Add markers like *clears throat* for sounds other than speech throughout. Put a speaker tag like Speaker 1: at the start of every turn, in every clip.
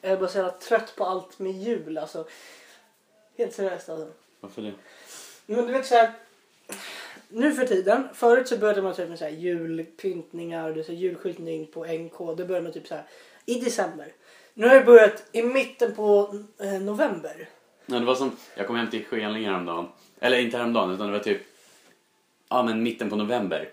Speaker 1: Jag är bara så jävla trött på allt med jul alltså. Helt seriöst alltså.
Speaker 2: Varför det?
Speaker 1: Men du vet så här. Nu för tiden, förut så började man typ med så här julpyntningar, det är så här julskyltning på NK. Det började man typ så här i december. Nu har det börjat i mitten på eh, november.
Speaker 2: Nej, det var som, jag kom hem till Skelinge häromdagen. Eller inte häromdagen, utan det var typ ja, men mitten på november.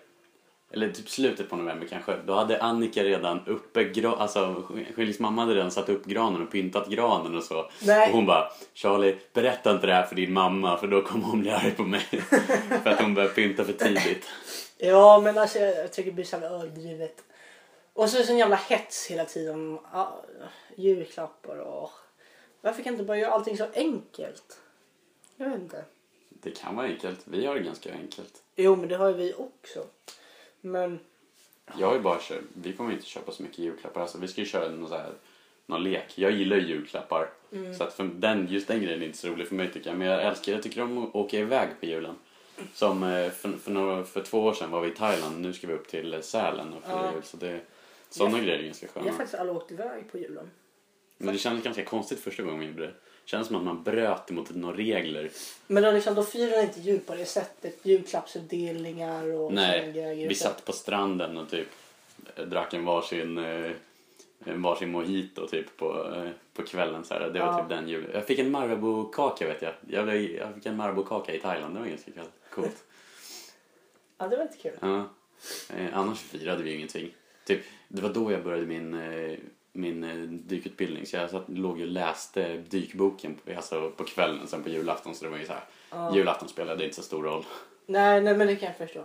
Speaker 2: Eller typ slutet på november kanske. Då hade Annika redan uppe gra- alltså Skellings mamma hade redan satt upp granen och pyntat granen och så.
Speaker 1: Nej.
Speaker 2: Och hon bara, Charlie berätta inte det här för din mamma för då kommer hon bli arg på mig. *laughs* för att hon började pynta för tidigt.
Speaker 1: Ja men alltså jag, jag tycker det blir så jävla överdrivet. Och så är det sån jävla hets hela tiden om ah, julklappar och... Varför kan inte bara göra allting så enkelt? Jag vet inte.
Speaker 2: Det kan vara enkelt, vi har det ganska enkelt.
Speaker 1: Jo men det har ju vi också. Men
Speaker 2: Jag har ju bara kört, vi kommer ju inte köpa så mycket julklappar. Alltså, vi ska ju köra någon, så här, någon lek. Jag gillar ju julklappar.
Speaker 1: Mm.
Speaker 2: Så att för den, just den grejen är inte så rolig för mig tycker jag. Men jag älskar, jag tycker om att åka iväg på julen. Som eh, för, för, några, för två år sedan var vi i Thailand. Nu ska vi upp till eh, Sälen och fira
Speaker 1: Ja.
Speaker 2: jul. Så det, sådana grejer är ganska
Speaker 1: vi har
Speaker 2: sköna.
Speaker 1: faktiskt alla åkt iväg på julen.
Speaker 2: Men det kändes ganska konstigt första gången vi gjorde det. Det kändes som att man bröt mot några regler.
Speaker 1: Men då, liksom, då firar inte jul på det sättet. Julklappsutdelningar och såna
Speaker 2: Nej,
Speaker 1: grejer.
Speaker 2: vi satt på stranden och typ eh, drack en varsin, eh, en varsin mojito typ på, eh, på kvällen. Så här. Det var
Speaker 1: Ja.
Speaker 2: typ den julen. Jag fick en Marabou-kaka vet jag. Jag, blev, jag fick en Marabou-kaka i Thailand. Det var ganska kul.
Speaker 1: *laughs*
Speaker 2: coolt.
Speaker 1: Ja, det var inte kul.
Speaker 2: Ja. Eh, Annars firade vi ju ingenting. Typ, det var då jag började min, eh, min eh, dykutbildning. Så jag satt, låg ju och läste dykboken på, alltså på kvällen sen på julafton. Så det var ju så här.
Speaker 1: Ja.
Speaker 2: Julafton spelade inte så stor roll.
Speaker 1: Nej, nej, men det kan jag förstå.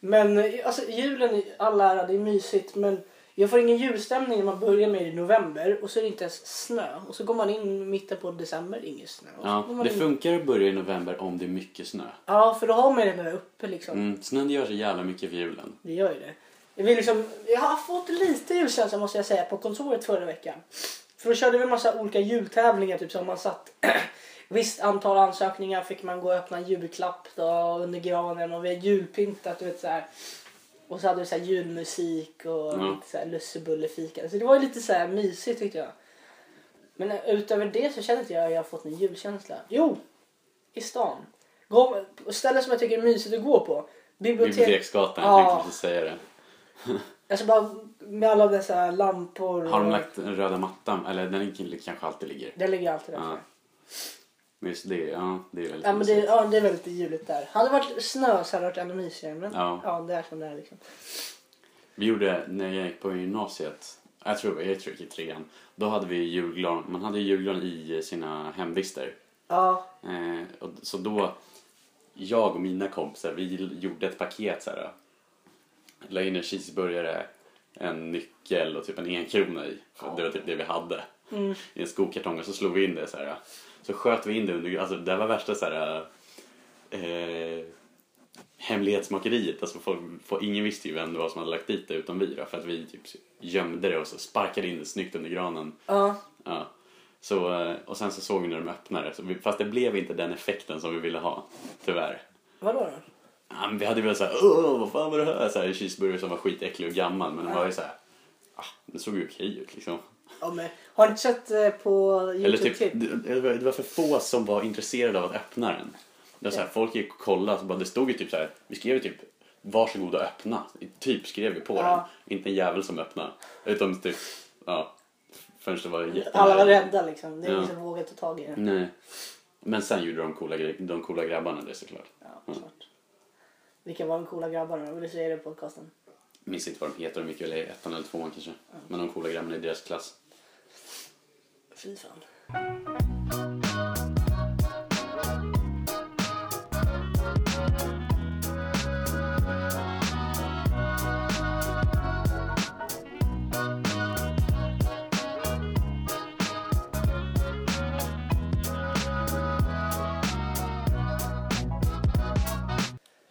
Speaker 1: Men eh, alltså, julen, i all ära, det är mysigt. Men jag får ingen julstämning när man börjar med det i november och så är det inte ens snö. Och så går man in i mitten på december, ingen snö. Och så
Speaker 2: Ja,
Speaker 1: går man
Speaker 2: det
Speaker 1: in-
Speaker 2: funkar att börja i november om det är mycket snö.
Speaker 1: Ja, för då har man ju den där uppe liksom.
Speaker 2: Mm, snön gör så jävla mycket för julen.
Speaker 1: Det gör ju det. Jag, vill liksom, jag har fått lite julkänsla måste jag säga på kontoret förra veckan. För då körde vi en massa olika jultävlingar. Typ som man satt *clears throat* visst antal ansökningar fick man gå och öppna en julklapp då, under granen och vi har julpyntat. Du vet, så här. Och så hade vi så här julmusik och
Speaker 2: Ja.
Speaker 1: lite så här lussebullefika. Så det var ju lite så här mysigt tyckte jag. Men utöver det så känner inte jag att jag har fått någon julkänsla. Jo! I stan. Gå, ställen som jag tycker är mysigt att gå på. Bibliotek.
Speaker 2: Biblioteksgatan,
Speaker 1: Ja.
Speaker 2: jag tänkte precis säga det.
Speaker 1: Alltså bara med alla dessa lampor.
Speaker 2: Har de
Speaker 1: och-
Speaker 2: lagt den röda mattan? Eller den ligger- kanske alltid ligger.
Speaker 1: Den ligger alltid där.
Speaker 2: Ja. Men just det, ja, det är väldigt
Speaker 1: Ja, men det,
Speaker 2: mysigt.
Speaker 1: ja, det är väldigt juligt där. Hade det varit snö så hade det varit ännu mysigare. Men
Speaker 2: Ja.
Speaker 1: ja. det är som det är liksom.
Speaker 2: Vi gjorde, när jag gick på gymnasiet, jag tror jag tror jag gick i trean, då hade vi julgran, man hade ju julgran i sina hemvister.
Speaker 1: Ja,
Speaker 2: Eh, och, så då, jag och mina kompisar, vi gjorde ett paket så här. La in en cheeseburgare, en nyckel och typ en enkrona i. För det var typ det vi hade. I en skokartong och så slog vi in det så här. Så sköt vi in det under, alltså det var värsta så här. Eh, hemlighetsmakeriet, alltså folk, folk, ingen visste ju vem det var som hade lagt dit det utom vi då, för att vi typ gömde det och så sparkade in det snyggt under granen
Speaker 1: ja.
Speaker 2: Ja. Så, eh, och sen så såg vi när de öppnade, så vi, fast det blev inte den effekten som vi ville ha, tyvärr.
Speaker 1: Vadå då?
Speaker 2: Ja, men vi hade velat såhär, åh vad fan var det här? Så här en cheeseburger som var skitäcklig och gammal, men den var ju såhär, ah, den såg ju okej ut liksom.
Speaker 1: Ja, men, har du inte sett eh, på
Speaker 2: Eller
Speaker 1: Youtube?
Speaker 2: typ, det, det var- det var för få som var intresserade av att öppna den. Det var så här, folk gick och kollade, så bara, det stod ju typ såhär, vi skrev ju typ varsågod och öppna, typ skrev vi på
Speaker 1: Ja.
Speaker 2: den. Inte en jävel som öppnade, utom typ, ja, förrän det var jättenära.
Speaker 1: Alla var rädda liksom. Det är
Speaker 2: Ja. Mm.
Speaker 1: ingen som vågar ta tag i det.
Speaker 2: Nej. Men sen gjorde de coola, gre- de coola grabbarna det såklart.
Speaker 1: Ja, klart. Vilka var de coola grabbarna? Vill du säga det i podcasten?
Speaker 2: Minns inte vad de heter, de gick väl i ettan eller tvåan kanske. Men de coola grabbarna i deras klass.
Speaker 1: Fy fan.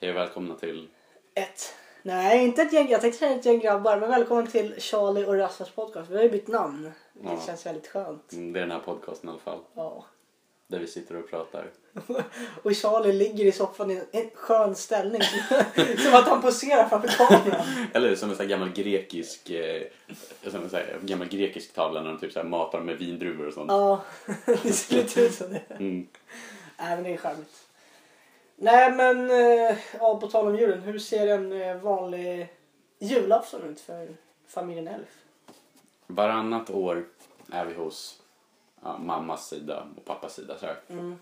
Speaker 2: Hej och välkomna till...
Speaker 1: Ett. Nej, inte ett gäng. Jag tänkte säga ett gäng grabbar. Men välkommen till Charlie och Rasmus podcast. Vi har ju bytt namn. Det
Speaker 2: Ja.
Speaker 1: känns väldigt skönt.
Speaker 2: mm, Det är den här podcasten i alla fall.
Speaker 1: Ja.
Speaker 2: Där vi sitter och pratar.
Speaker 1: Och Charlie ligger i soffan i en skön ställning. *laughs* som att han poserar framför kameran.
Speaker 2: *laughs* Eller som en sån här gammal grekisk eh, som en sån här gammal grekisk tavla när de typ så här matar med vindruvor och sånt.
Speaker 1: Ja, *laughs* det ser lite ut som det.
Speaker 2: Mm.
Speaker 1: Nej men det är charmigt. Nej men eh, ja, på tal om julen. Hur ser en eh, vanlig julafton ut för familjen Elf?
Speaker 2: Varannat år är vi hos ja, mammas sida och pappas sida. Så här.
Speaker 1: Mm.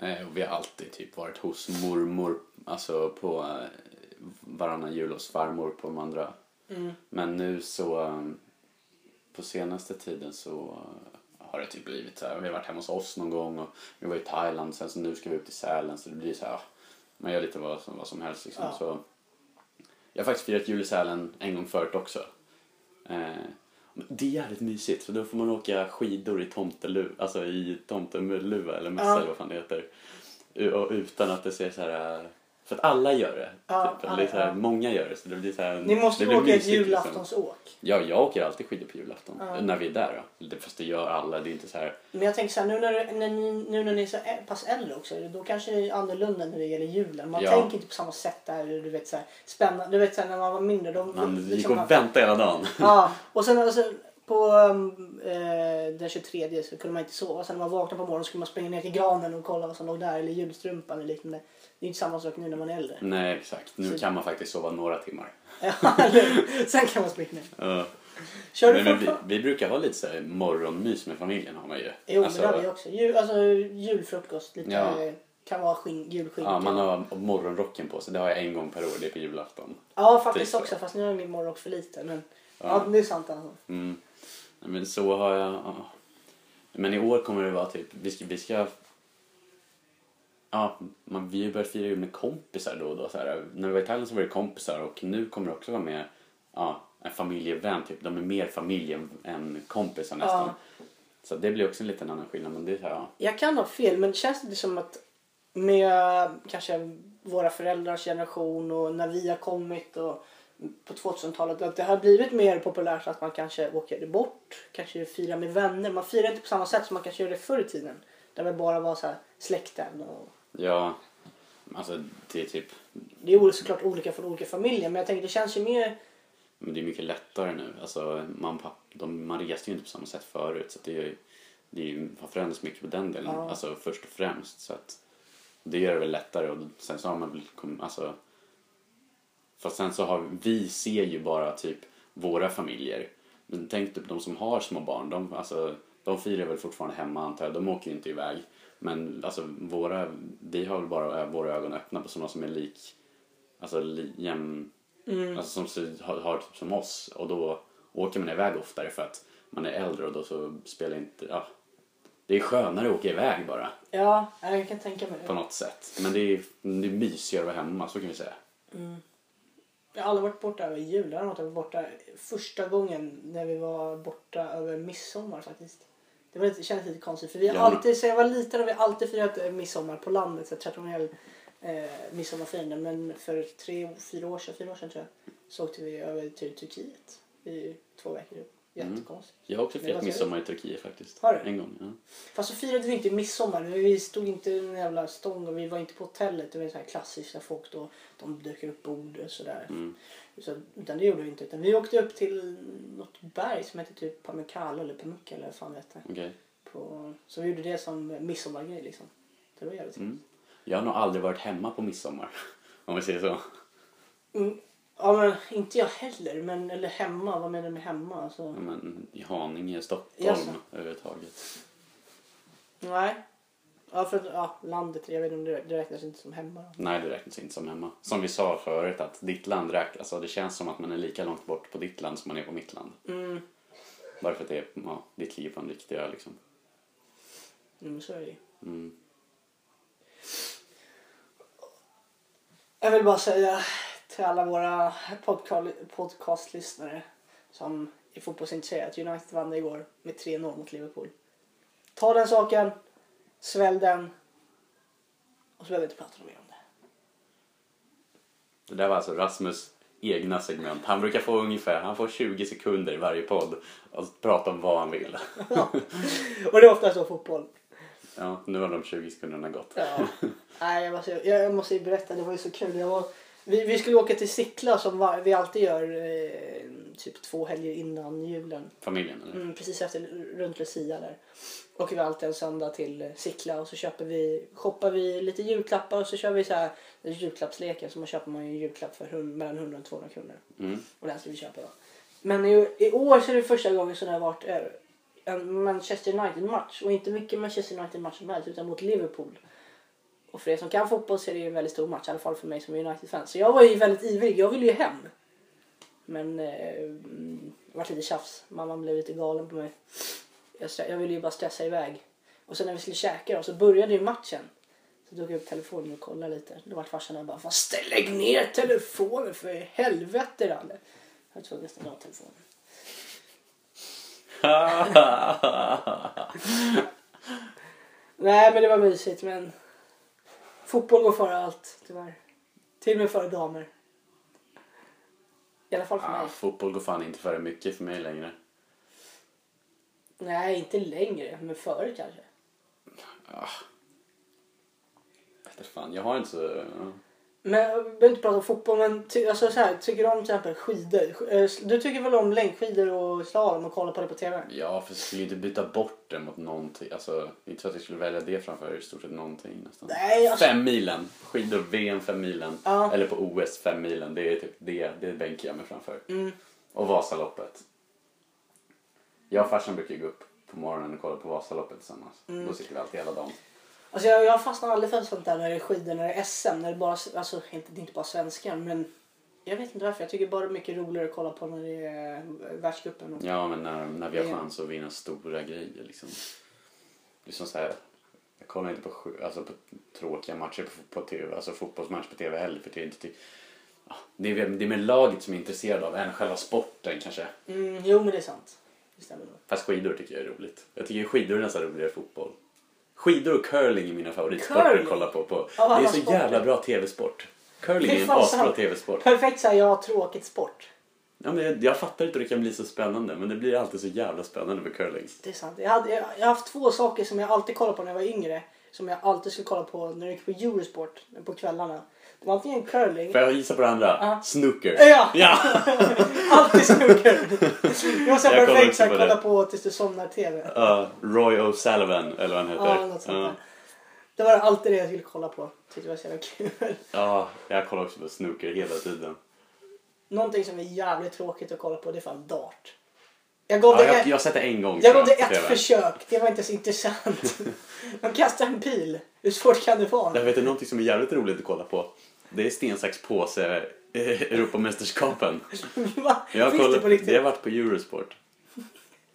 Speaker 2: Eh, och vi har alltid typ varit hos mormor, alltså på eh, varannan jul hos farmor på de andra.
Speaker 1: Mm.
Speaker 2: Men nu så eh, på senaste tiden så eh, har det typ blivit så här. Vi har varit hemma hos oss någon gång och vi var i Thailand sen så nu ska vi upp till Sälen så det blir så här. ah, Man gör lite vad som, vad som helst liksom.
Speaker 1: Ja.
Speaker 2: Så, jag har faktiskt firat jul i Sälen en gång förut också. Eh, men det är jävligt mysigt för då får man åka skidor i tomteluva, alltså i tomteluva eller mössa
Speaker 1: Ja.
Speaker 2: eller vad fan det heter. U- och Utan att det ser så här... eh, För att alla gör det.
Speaker 1: Ja,
Speaker 2: typ. Eller det är så här,
Speaker 1: ja.
Speaker 2: Många gör det så det blir så här...
Speaker 1: Ni måste
Speaker 2: Mm.
Speaker 1: ju
Speaker 2: det blir
Speaker 1: åka ett
Speaker 2: mysigt, liksom.
Speaker 1: julaftonsåk.
Speaker 2: Ja, jag åker alltid skidor på julafton.
Speaker 1: Ja.
Speaker 2: När vi är där då. Det- Fast det gör alla. Det är inte så här...
Speaker 1: Men jag tänker så här, nu när, du- när, ni- nu när ni är så ä- pass äldre också, då kanske det är annorlunda när det gäller julen. Man
Speaker 2: Ja.
Speaker 1: tänker inte på samma sätt där, du vet så här, spännande. Du vet så här, när man var mindre. De,
Speaker 2: Man
Speaker 1: liksom,
Speaker 2: gick och
Speaker 1: man-
Speaker 2: väntade hela dagen.
Speaker 1: Ja, och sen alltså, på um, eh, den 23 så kunde man inte sova. Sen när man vaknade på morgonen skulle man springa ner till granen och kolla vad som låg där. Eller julstrumpan eller liknande. Det är inte samma sak nu när man är äldre.
Speaker 2: Nej, exakt. Nu
Speaker 1: Så-
Speaker 2: kan man faktiskt sova några timmar.
Speaker 1: Ja, *laughs* eller hur? sen kan man springa ner.
Speaker 2: Ja.
Speaker 1: Kör
Speaker 2: Nej,
Speaker 1: du
Speaker 2: men vi,
Speaker 1: fortfarande?
Speaker 2: vi brukar ha lite så här morgonmys med familjen har man ju.
Speaker 1: Jo,
Speaker 2: Alltså,
Speaker 1: men det hade jag också. Jul, alltså, julfrukost. Lite,
Speaker 2: Ja.
Speaker 1: eh, Kan vara skinn, julskinn.
Speaker 2: Ja, man har morgonrocken på sig. Det har jag en gång per år. Det är på julafton.
Speaker 1: Ja, faktiskt
Speaker 2: Tisdag.
Speaker 1: också. Fast nu är min morgon för liten. Men, ja.
Speaker 2: typ- Ja.
Speaker 1: det är sant alltså.
Speaker 2: Mm. Nej, Men så har jag... ja. Men i år kommer det vara typ... Vi ska... Vi ska ja, man, vi har ju börjat fira jul med kompisar då och då. Så här. När vi var i Thailand så var det kompisar och nu kommer det också vara med ja, en familjevän. Typ. De är mer familj än, än kompisar nästan. Så det blir också en liten annan skillnad. Men det är så här, ja.
Speaker 1: Jag kan ha fel, men känns det som att med kanske våra föräldrars generation och när vi har kommit och på 2000-talet att det har blivit mer populärt att man kanske åker bort, kanske firar med vänner. Man firar inte på samma sätt som man kanske gjorde förr i tiden. Där det bara var så här släkten. Och...
Speaker 2: ja alltså, det är typ...
Speaker 1: Det är ju såklart olika från olika familjer men jag tänker det känns ju mer...
Speaker 2: Men det är mycket lättare nu. Alltså, man, papp, de, man reste ju inte på samma sätt förut. Så att det, är, ju- det är, ju- har förändrats mycket på den delen.
Speaker 1: Ja.
Speaker 2: Alltså först och främst. Så att det gör det väl lättare. Och sen så har man väl kommit- alltså, Fast sen så har vi ser ju bara typ våra familjer. Men tänk typ de som har små barn. De, alltså, de firar väl fortfarande hemma antar jag. De åker ju inte iväg. Men alltså våra, vi har väl bara våra ögon öppna på sådana som är lik, alltså li, jäm,
Speaker 1: Mm.
Speaker 2: alltså som ser- har, har typ som oss och då åker man iväg oftare för att man är äldre och då så spelar inte, ja. Det är skönare att åka iväg bara
Speaker 1: Ja, jag kan tänka mig
Speaker 2: på
Speaker 1: det.
Speaker 2: något sätt. Men det är, det är mysigare att vara hemma, så kan vi säga.
Speaker 1: Jag har aldrig varit borta över jul. Jag har nog varit borta första gången när vi var borta över midsommar faktiskt. Det, var lite, det kändes lite konstigt för vi har
Speaker 2: Ja, men-
Speaker 1: alltid, sen jag var liten har vi alltid firat eh, midsommar på landet. Så här traditionell eh, midsommarfirande. Men för tre, fyra år sedan, fyra år sedan tror jag, så åkte vi över till Turkiet i två veckor.
Speaker 2: Mm.
Speaker 1: Jättekonstigt.
Speaker 2: Jag har också
Speaker 1: Men vad säger
Speaker 2: firat midsommar i Turkiet faktiskt.
Speaker 1: Har du?
Speaker 2: En gång, ja.
Speaker 1: Fast så firade vi inte midsommar. Vi stod inte i en jävla stång och vi var inte på hotellet. Det var så här klassiskt när folk då, de dök upp bord och sådär.
Speaker 2: Mm.
Speaker 1: Så, utan det gjorde vi inte. Utan vi åkte upp till något berg som hette typ Pamukkale eller Pamukka eller vad fan vet jag.
Speaker 2: Okej.
Speaker 1: På, så vi gjorde det som midsommargrej liksom. Det var jävligt mm.
Speaker 2: Jag har nog aldrig varit hemma på midsommar. *laughs* Om vi säger så.
Speaker 1: Mm. Ja men inte jag heller. Men, eller hemma, vad menar du med hemma? Alltså,
Speaker 2: Ja, Men i Haninge, Stockholm
Speaker 1: Jaså.
Speaker 2: överhuvudtaget.
Speaker 1: Nej. Ja för att, ja, landet, jag vet inte om det det räknas inte som hemma.
Speaker 2: Nej, det räknas inte som hemma. Som vi sa förut, att ditt land räknas. Alltså, det känns som att man är lika långt bort på ditt land som man är på mitt land.
Speaker 1: Mm.
Speaker 2: Bara för att det är, ja, ditt liv på en riktig ö liksom.
Speaker 1: Mm, så är det ju.
Speaker 2: Mm.
Speaker 1: Jag vill bara säga till alla våra podca- podcastlyssnare som är fotbollsintresserade att United vann igår med 3-0 mot Liverpool. Ta den saken, svälj den och så behöver vi inte prata mer om det.
Speaker 2: Det där var alltså Rasmus egna segment. Han brukar få ungefär, han får 20 sekunder i varje podd att prata om vad han vill.
Speaker 1: och det är ofta så fotboll.
Speaker 2: Ja, nu har de 20 sekunderna gått.
Speaker 1: Ja. Nej, jag, måste, jag måste ju berätta, det var ju så kul. Jag var, vi, vi skulle åka till Sickla som var, vi alltid gör eh, typ två helger innan julen.
Speaker 2: Familjen eller?
Speaker 1: Mm, precis efter runt Lucia där. Åker vi alltid en söndag till eh, Sickla och så köper vi, shoppar vi lite julklappar och så kör vi så här det är julklappsleken så man köper man ju en julklapp för hund, mellan 100 och 200 kronor.
Speaker 2: Mm. *laughs*
Speaker 1: Och den skulle vi köpa då. Men i, i år så är det första gången som det har varit eh, en Manchester United-match. Och inte mycket Manchester United-match som helst utan mot Liverpool. Och för er som kan fotboll så är det ju en väldigt stor match. I alla fall för mig som är United-fan. Så jag var ju väldigt ivrig. Jag ville ju hem. Men eh, mm, det vart lite tjafs. Mamman blev lite galen på mig. Jag, stre- jag ville ju bara stressa iväg. Och sen när vi skulle käka då så började ju matchen. Så tog jag upp telefonen och kollade lite. Då vart farsan där bara Fan ställ- lägg ner telefonen för i helvete Ralle. Jag var tvungen att stänga av telefonen. Nej men det var mysigt men fotboll går före allt tyvärr. Till och med före damer. I alla fall för
Speaker 2: ah,
Speaker 1: mig.
Speaker 2: fotboll går fan inte för mycket för mig längre.
Speaker 1: Nej inte längre men före kanske.
Speaker 2: Jag vet fan, jag har inte så... ja.
Speaker 1: Men jag behöver inte prata om fotboll men ty, alltså så här, tycker du om till exempel skidor? Sk- eh, Du tycker väl om längdskidor och slalom och kollar på det på TV?
Speaker 2: Ja, för jag skulle ju inte byta bort det mot någonting. Alltså, inte så att jag skulle välja det framför i stort sett någonting nästan.
Speaker 1: Nej, alltså-
Speaker 2: Fem milen. Skidor, VM fem milen.
Speaker 1: Ja.
Speaker 2: Eller på OS fem milen. Det är typ det, det bänkar jag mig framför.
Speaker 1: Mm.
Speaker 2: Och Vasaloppet. Jag och farsan brukar ju gå upp på morgonen och kolla på Vasaloppet tillsammans. Då sitter vi alltid hela dagen.
Speaker 1: Alltså jag, jag fastnar aldrig för sånt där när det är skidor, när det är SM. När det bara, alltså, inte, det är inte bara svenskar men jag vet inte varför. Jag tycker bara det är mycket roligare att kolla på när det är eh, världscupen. och-
Speaker 2: Ja, men när, när vi har
Speaker 1: Ja.
Speaker 2: chans att vinna stora grejer liksom. Det är som så här, jag kollar inte på, sju- alltså, på tråkiga matcher på, på TV, alltså fotbollsmatch på TV heller för det är inte ty- Ja, det är, väl- det är mer laget som är intresserad av än själva sporten kanske.
Speaker 1: Mm, jo men det är sant. Det stämmer nog.
Speaker 2: Fast skidor tycker jag är roligt. Jag tycker skidor är nästan roligare än fotboll. Skidor och curling är mina favoritsporter
Speaker 1: Curling?
Speaker 2: att kolla på. på.
Speaker 1: Av alla
Speaker 2: det är så
Speaker 1: sporter.
Speaker 2: jävla bra TV-sport. Curling
Speaker 1: Fy
Speaker 2: är en
Speaker 1: fan,
Speaker 2: asbra
Speaker 1: sant.
Speaker 2: TV-sport.
Speaker 1: Perfekt såhär, jag har tråkigt sport.
Speaker 2: Ja, men jag, jag fattar inte hur det kan bli så spännande men det blir alltid så jävla spännande med curling.
Speaker 1: Det är sant. Jag, hade, jag, jag har haft två saker som jag alltid kollade på när jag var yngre. Som jag alltid skulle kolla på när jag gick på Eurosport eh, på kvällarna. Det var antingen curling.
Speaker 2: Får jag gissa på det andra? Snooker.
Speaker 1: Ja.
Speaker 2: ja. *laughs*
Speaker 1: Alltid snooker. Det var så här
Speaker 2: Jag kollar
Speaker 1: perfekt
Speaker 2: också
Speaker 1: såhär,
Speaker 2: på
Speaker 1: kolla
Speaker 2: det.
Speaker 1: på tills du somnar tv.
Speaker 2: Ja, Roy O'Sullivan eller vad han heter.
Speaker 1: Ja, något sånt där. Det var alltid det jag skulle kolla på. Tyckte det var så jävla kul. *laughs*
Speaker 2: Ja, jag kollar också på snooker hela tiden.
Speaker 1: Någonting som är jävligt tråkigt att kolla på det är fan dart. Jag gav
Speaker 2: Ja,
Speaker 1: det
Speaker 2: jag,
Speaker 1: ett,
Speaker 2: jag har sett det en gång.
Speaker 1: jag
Speaker 2: tror
Speaker 1: gav det
Speaker 2: på
Speaker 1: ett
Speaker 2: TV.
Speaker 1: försök. Det var inte så
Speaker 2: *laughs*
Speaker 1: intressant. De kastade en pil. Hur svårt kan det vara? *laughs*
Speaker 2: Jag vet inte, någonting som är jävligt roligt att kolla på. Det är sten, sax, påse eh, Europamästerskapen.
Speaker 1: Va?
Speaker 2: Jag har
Speaker 1: Finns det
Speaker 2: kollat,
Speaker 1: på
Speaker 2: det
Speaker 1: riktigt?
Speaker 2: har varit på Eurosport.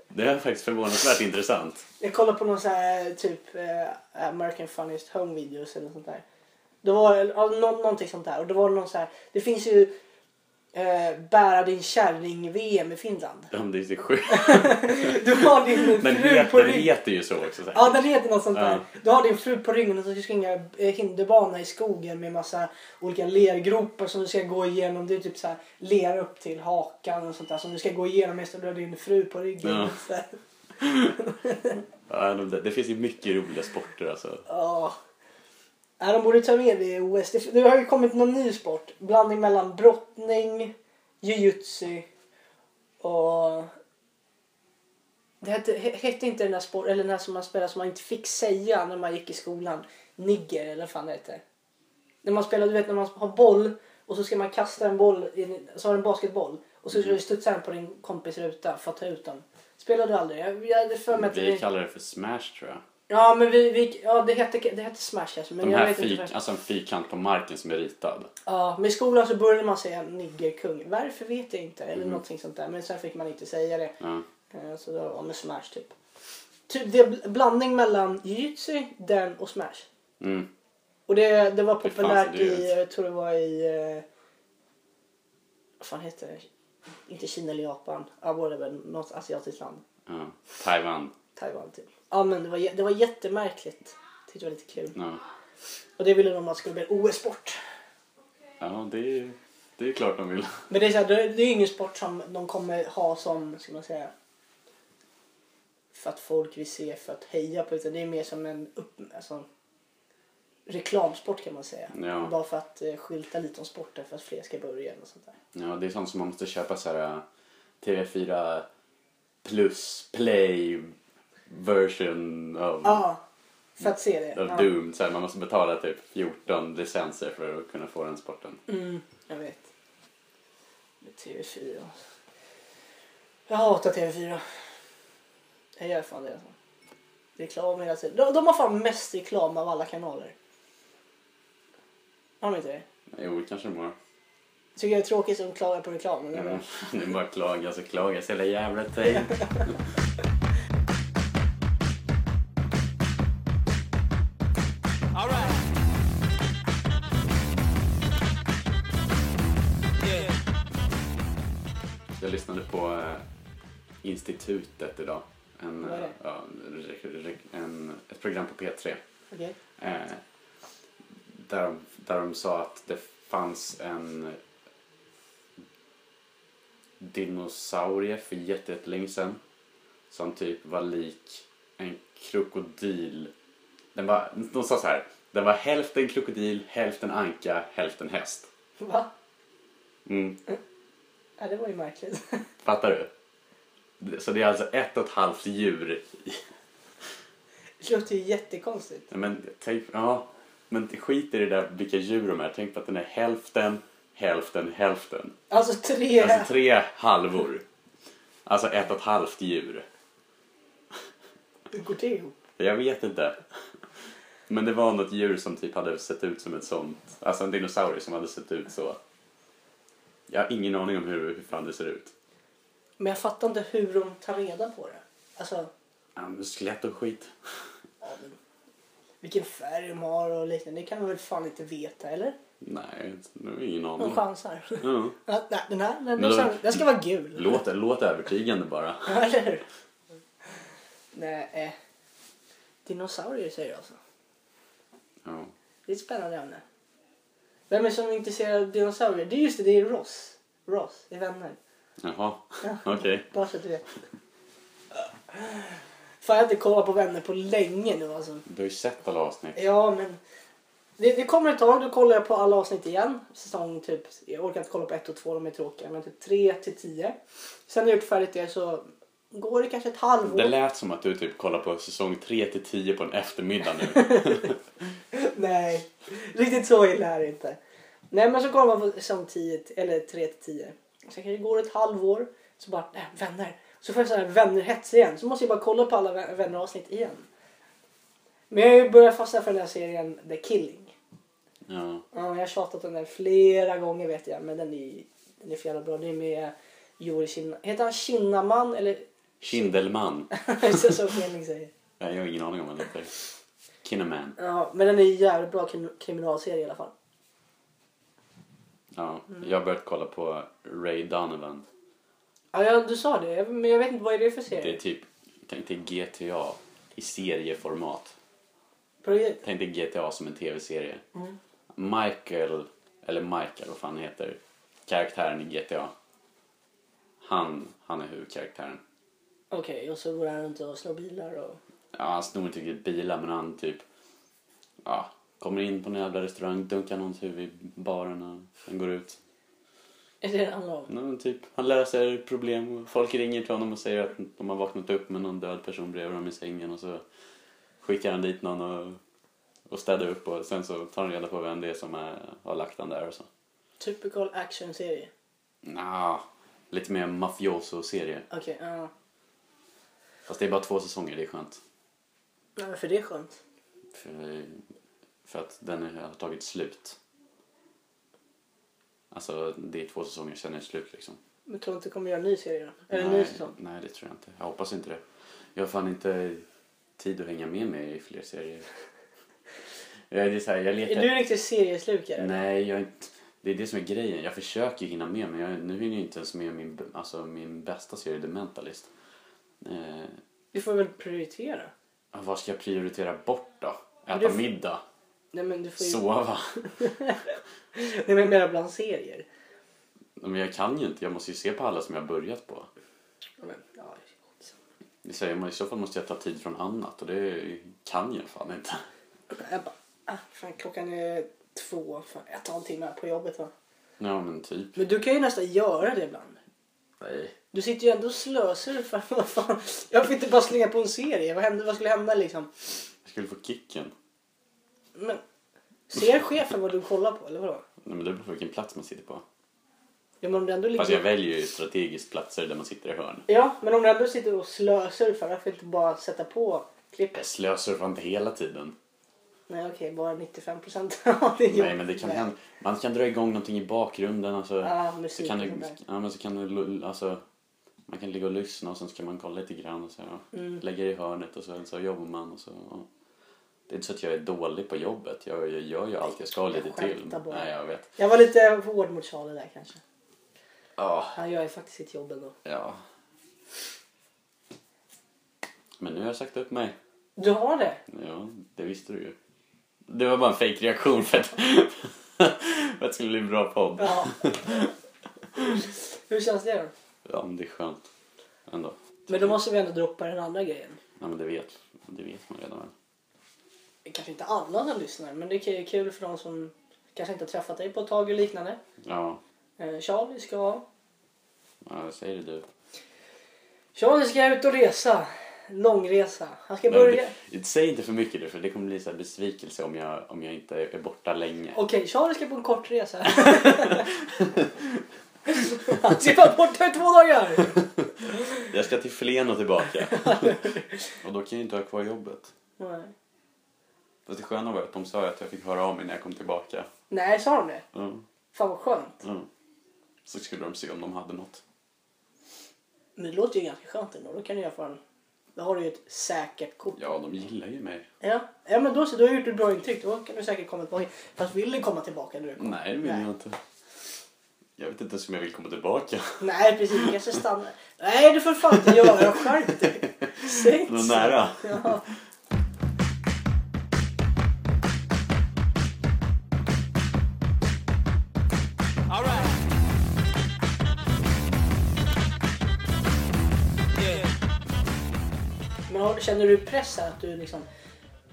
Speaker 2: Det är faktiskt förvånansvärt intressant.
Speaker 1: Jag kollade på någon sån här typ eh, American Funniest Home Videos eller något sånt där. Det var ja, nå- någonting sånt där. Och det var det någon så här. Det finns ju eh, bära din kärring-VM i Finland. *laughs*
Speaker 2: Ja, men Det är så sjukt.
Speaker 1: Du har din
Speaker 2: Men
Speaker 1: fru på
Speaker 2: den
Speaker 1: ryggen.
Speaker 2: heter ju så också. Så här.
Speaker 1: Ja, den heter något sånt
Speaker 2: Ja.
Speaker 1: där. Du har din fru på ryggen och så ska du springa eh, hinderbana i skogen med massa olika lergropar som du ska gå igenom. Det är typ så här lera upp till hakan och sånt där som du ska gå igenom medan du har din fru på ryggen.
Speaker 2: Ja.
Speaker 1: Så här.
Speaker 2: Ja, de där- det finns ju mycket roliga sporter alltså.
Speaker 1: Ja. Nej, de borde ta med det i OS. Det, det har ju kommit någon ny sport. Blandning mellan brottning, jujutsu och... Det hette, he- hette inte den där sporten, eller den här som man spelade som man inte fick säga när man gick i skolan. Nigger eller vad fan det hette. När man spelar, du vet när man har boll och så ska man kasta en boll, i, så har du en basketboll och så ska du studsa den på din kompis ruta för att ta ut den. Spelade du aldrig? Jag, jag hade för mig att
Speaker 2: Vi
Speaker 1: det-
Speaker 2: kallar det för smash tror jag.
Speaker 1: Ja, men vi, vi ja, det hette det hette Smash kanske. Men
Speaker 2: De
Speaker 1: jag
Speaker 2: här
Speaker 1: vet inte
Speaker 2: fyrk-
Speaker 1: varför.
Speaker 2: alltså en fyrkant på marken som är ritad.
Speaker 1: Ja, men i skolan så började man säga niggerkung. Varför vet jag inte. Eller
Speaker 2: Mhm.
Speaker 1: någonting sånt där. Men sen fick man inte säga det.
Speaker 2: Ja.
Speaker 1: Eh, Så då var det Smash typ. typ det är bl- blandning mellan jujutsu, den och Smash.
Speaker 2: Mm.
Speaker 1: Och det, det var
Speaker 2: fanns
Speaker 1: populärt
Speaker 2: det
Speaker 1: i,
Speaker 2: ut.
Speaker 1: jag tror det var i... eh, Vad fan heter det? Inte Kina eller Japan. Ja, whatever. Något asiatiskt land.
Speaker 2: Ja. Taiwan.
Speaker 1: Taiwan typ. Ja, men det var, jä- det var jättemärkligt. Tyckte det var lite kul.
Speaker 2: Ja,
Speaker 1: Och det ville de att skulle bli en OS-sport.
Speaker 2: ja det, är, det är klart de vill.
Speaker 1: Men det är, så här, det det är ingen sport som de kommer ha som, ska man säga, för att folk vill se för att heja på utan det är mer som en upp, alltså, reklamsport kan man säga.
Speaker 2: Ja.
Speaker 1: Bara för att eh, skylta lite om sporten för att fler ska börja och sånt där.
Speaker 2: Ja, det är sånt som man måste köpa så här äh, TV4 plus play version av,
Speaker 1: Ja, för att se det.
Speaker 2: av
Speaker 1: Ja,
Speaker 2: Doom. Så här, man måste betala typ 14 licenser för att kunna få den sporten.
Speaker 1: Mm, jag vet. Med TV4. Jag hatar TV4. Jag gör fan det alltså. Reklam hela tiden. De, de har fan mest reklam av alla kanaler. Har de inte det?
Speaker 2: Jo, kanske de har.
Speaker 1: Tycker jag det är tråkigt att de klagar på reklamen.
Speaker 2: Ja,
Speaker 1: eller?
Speaker 2: *laughs* det är bara att klaga så klagas hela jävla tiden.
Speaker 3: All right. Yeah.
Speaker 2: Jag lyssnade på eh, Institutet idag. En,
Speaker 1: Vad är det?
Speaker 2: eh, ja, re- re- en, ett program på P3.
Speaker 1: Okej.
Speaker 2: Eh, där, de, där de sa att det fanns en dinosaurie för jätte- jättelänge sedan som typ var lik en krokodil. Den var, de sa så här, den var hälften krokodil, hälften anka, hälften häst.
Speaker 1: Va?
Speaker 2: Mm,
Speaker 1: Ja, det var ju märkligt. *laughs*
Speaker 2: fattar du? Så det är alltså ett och ett halvt djur. i-
Speaker 1: Det låter ju jättekonstigt.
Speaker 2: Nej, Men, tänk, ja, men skit i det där vilka djur de är. Tänk på att den är hälften, hälften, hälften.
Speaker 1: Alltså tre...
Speaker 2: Alltså tre halvor. Alltså ett och ett halvt djur.
Speaker 1: Hur går det ihop?
Speaker 2: Jag vet inte. Men det var något djur som typ hade sett ut som ett sånt. Alltså en dinosaurie som hade sett ut så. Jag har ingen aning om hur, hur fan det ser ut.
Speaker 1: Men jag fattar inte hur de tar reda på det. Alltså,
Speaker 2: Ja, men skelett och skit.
Speaker 1: vilken färg de har och liknande. Det kan man väl fan inte veta, eller?
Speaker 2: Nej, jag har ingen
Speaker 1: De
Speaker 2: aning.
Speaker 1: chansar.
Speaker 2: Ja.
Speaker 1: Ja, nej, Den här, den,
Speaker 2: Men då-
Speaker 1: den ska vara gul.
Speaker 2: Låt, låt övertygande bara.
Speaker 1: *laughs* Ja, Eller hur? Nej. eh. Dinosaurier säger jag alltså.
Speaker 2: Ja.
Speaker 1: Det är ett spännande ämne. Vem är som är intresserad av dinosaurier? Det är just det, det är Ross. Ross, det är vänner.
Speaker 2: Jaha, okej.
Speaker 1: Bara så att du vet. Fan, jag har inte kollat på vänner på länge nu alltså.
Speaker 2: Du har ju sett alla avsnitt.
Speaker 1: Ja, men. Det, det kommer ett tag, då kollar jag på alla avsnitt igen. Säsong typ, jag orkar inte kolla på ett och två, de är tråkiga. Men typ tre till tio. Sen när jag gjort färdigt det så går det kanske ett halvår.
Speaker 2: Det lät som att du typ kollar på säsong 3 till 10 på en eftermiddag nu.
Speaker 1: Nej, riktigt så illa är det inte. Nej men så kollar man på säsong 10, t- eller 3 till 10. Sen kanske det går ett halvår, så bara nej, vänner. Så får jag sån här vännerhets igen. Så måste jag bara kolla på alla vä- vänneravsnitt igen. Men jag har ju börjat fastna för den här serien The Killing.
Speaker 2: Ja.
Speaker 1: Ja, jag har tjatat om den flera gånger vet jag, men den är, den är för jävla bra. Det är med Joel Kinnaman. Heter han Kinnaman eller? *laughs*
Speaker 2: Kindelman.
Speaker 1: så som Fleming säger.
Speaker 2: Nej, jag har ingen aning om vad han heter. Kinnaman.
Speaker 1: Ja, men den är jävligt bra krim- kriminalserie i alla fall.
Speaker 2: Ja, jag har börjat kolla på Ray Donovan.
Speaker 1: Ja, ja, du sa det, Jag- men jag vet inte vad är det för serie?
Speaker 2: Det är typ, tänk dig GTA i serieformat.
Speaker 1: På riktigt?
Speaker 2: Tänk dig GTA som en tv-serie. Michael, eller Michael vad fan han heter, karaktären i GTA. Han, han är huvudkaraktären.
Speaker 1: Okej, och så går han runt och slår bilar och...
Speaker 2: Ja, han snor inte riktigt bilar men han typ ja, kommer in på en jävla restaurang, dunkar någons huvud i baren och sen går ut.
Speaker 1: Är det det det handlar om?
Speaker 2: Ja, men typ, han löser problem och folk ringer till honom och säger att de har vaknat upp med någon död person bredvid dem i sängen och så skickar han dit någon och, och städar upp och sen så tar han reda på vem det är som är, har lagt han där och så.
Speaker 1: Typical action-serie.
Speaker 2: Nja, lite mer mafioso-serie.
Speaker 1: Okej, ja.
Speaker 2: Fast det är bara två säsonger, det är skönt.
Speaker 1: Ja, för det är skönt.
Speaker 2: För, för att den har tagit slut. Alltså det är två säsonger sen är det slut liksom.
Speaker 1: Men tror du inte du kommer göra en ny serie då? Eller en ny
Speaker 2: nej,
Speaker 1: säsong?
Speaker 2: nej det tror jag inte. Jag hoppas inte det. Jag har fan inte tid att hänga med mig i
Speaker 1: *laughs*
Speaker 2: fler serier. jag, är- det är så här, jag
Speaker 1: Är
Speaker 2: letar...
Speaker 1: du en riktig serieslukare?
Speaker 2: Nej, jag är inte... Det är det som är grejen. Jag försöker ju hinna med men jag, nu hinner jag inte ens med min, alltså, min bästa serie, The Mentalist. Eh,
Speaker 1: Du får väl prioritera?
Speaker 2: vad ska jag prioritera bort då?
Speaker 1: det
Speaker 2: Äta
Speaker 1: är f-
Speaker 2: middag?
Speaker 1: Nej men du får ju...
Speaker 2: Sova? *laughs*
Speaker 1: Nej men jag menar bland serier.
Speaker 2: Men jag kan ju inte, jag måste ju se på alla som jag har börjat på.
Speaker 1: Ja, Men, ja, skitsamma.
Speaker 2: Det säger man i så fall måste jag ta tid från annat och det kan jag fan inte. *laughs*
Speaker 1: Jag bara, ah, fan klockan är två. Fan, jag tar en timme på jobbet va.
Speaker 2: Ja men typ.
Speaker 1: Men du kan ju nästan göra det ibland.
Speaker 2: Nej.
Speaker 1: Du sitter ju ändå och slösurfar. Vad *laughs* fan? Jag får inte bara slänga på en serie. Vad, händer, vad skulle hända liksom?
Speaker 2: Jag skulle få kicken.
Speaker 1: Men, ser chefen vad du kollar på eller vadå?
Speaker 2: Nej men det beror på vilken plats man sitter på.
Speaker 1: Ja, men om du ändå
Speaker 2: Fast
Speaker 1: liksom...
Speaker 2: jag väljer ju strategiskt platser där man sitter i hörn.
Speaker 1: Ja, men om du ändå sitter och slösurfar, varför inte bara sätta på
Speaker 2: Jag
Speaker 1: klippet?
Speaker 2: slösurfar inte hela tiden.
Speaker 1: Nej okej, bara 95 procent *laughs* av det
Speaker 2: Nej men det kan hända. Man kan dra igång någonting i bakgrunden. Alltså,
Speaker 1: Ja,
Speaker 2: så
Speaker 1: musik
Speaker 2: kan
Speaker 1: och sånt
Speaker 2: det,
Speaker 1: där.
Speaker 2: ja, men så kan det, lu- alltså, man kan ligga och lyssna och sen ska man kolla lite grann och så ja.
Speaker 1: Mm.
Speaker 2: lägger i hörnet och så, så jobbar man och så. Ja. Det är inte så att jag är dålig på jobbet. Jag, jag gör ju allt jag ska lite till.
Speaker 1: skämtar bara.
Speaker 2: Nej jag vet.
Speaker 1: Jag var lite hård mot Charlie där kanske.
Speaker 2: Ja.
Speaker 1: Han gör ju faktiskt sitt jobb ändå.
Speaker 2: ja. Men nu har jag sagt upp mig.
Speaker 1: Du har det?
Speaker 2: Ja, det visste du ju. Det var bara en fake reaktion för att, för att det skulle bli en bra podd.
Speaker 1: Ja. *laughs* Hur känns det då?
Speaker 2: Ja, men det är skönt ändå.
Speaker 1: Men då måste vi ändå droppa den andra grejen.
Speaker 2: Ja, men det vet, det vet man redan. väl.
Speaker 1: Det är Kanske inte alla som lyssnar, men det är kul för de som kanske inte har träffat dig på ett tag och liknande.
Speaker 2: Ja,
Speaker 1: Eh, Charlie ska...
Speaker 2: ja säger det du.
Speaker 1: Charlie ska ut och resa. Långresa. Han ska
Speaker 2: Men
Speaker 1: börja...
Speaker 2: det, det- säg inte för mycket nu för det kommer bli så här besvikelse om jag, om jag inte är borta länge.
Speaker 1: Okej, Charlie ska på en
Speaker 2: *laughs*
Speaker 1: kortresa. Han ska vara borta i två dagar.
Speaker 2: Jag ska till Flen och tillbaka. och då kan jag inte ha kvar jobbet.
Speaker 1: Nej.
Speaker 2: Fast det sköna var att de sa att jag fick höra av mig när jag kom tillbaka.
Speaker 1: Nej, sa de det?
Speaker 2: Mm,
Speaker 1: Fan vad skönt.
Speaker 2: mm. Så skulle de se om de hade något.
Speaker 1: Men det låter ju ganska skönt ändå. Då kan du i alla fall... Då har du ju ett säkert kort.
Speaker 2: Ja, de gillar ju mig.
Speaker 1: Ja, ja men då så. Du har gjort ett bra intryck. Då kan du säkert komma tillbaka. Fast vill du komma tillbaka när du kommer?
Speaker 2: Nej, det vill
Speaker 1: Nej.
Speaker 2: jag inte. Jag vet inte ens om jag vill komma *laughs* tillbaka.
Speaker 1: Nej, precis. Du kanske stannar. Nej, det får du fan inte göra. Skärp dig. Säg
Speaker 2: *laughs*
Speaker 1: inte
Speaker 2: Det var
Speaker 1: så.
Speaker 2: nära.
Speaker 1: Ja.
Speaker 3: All right. Yeah.
Speaker 1: Men har, känner du press här att du liksom...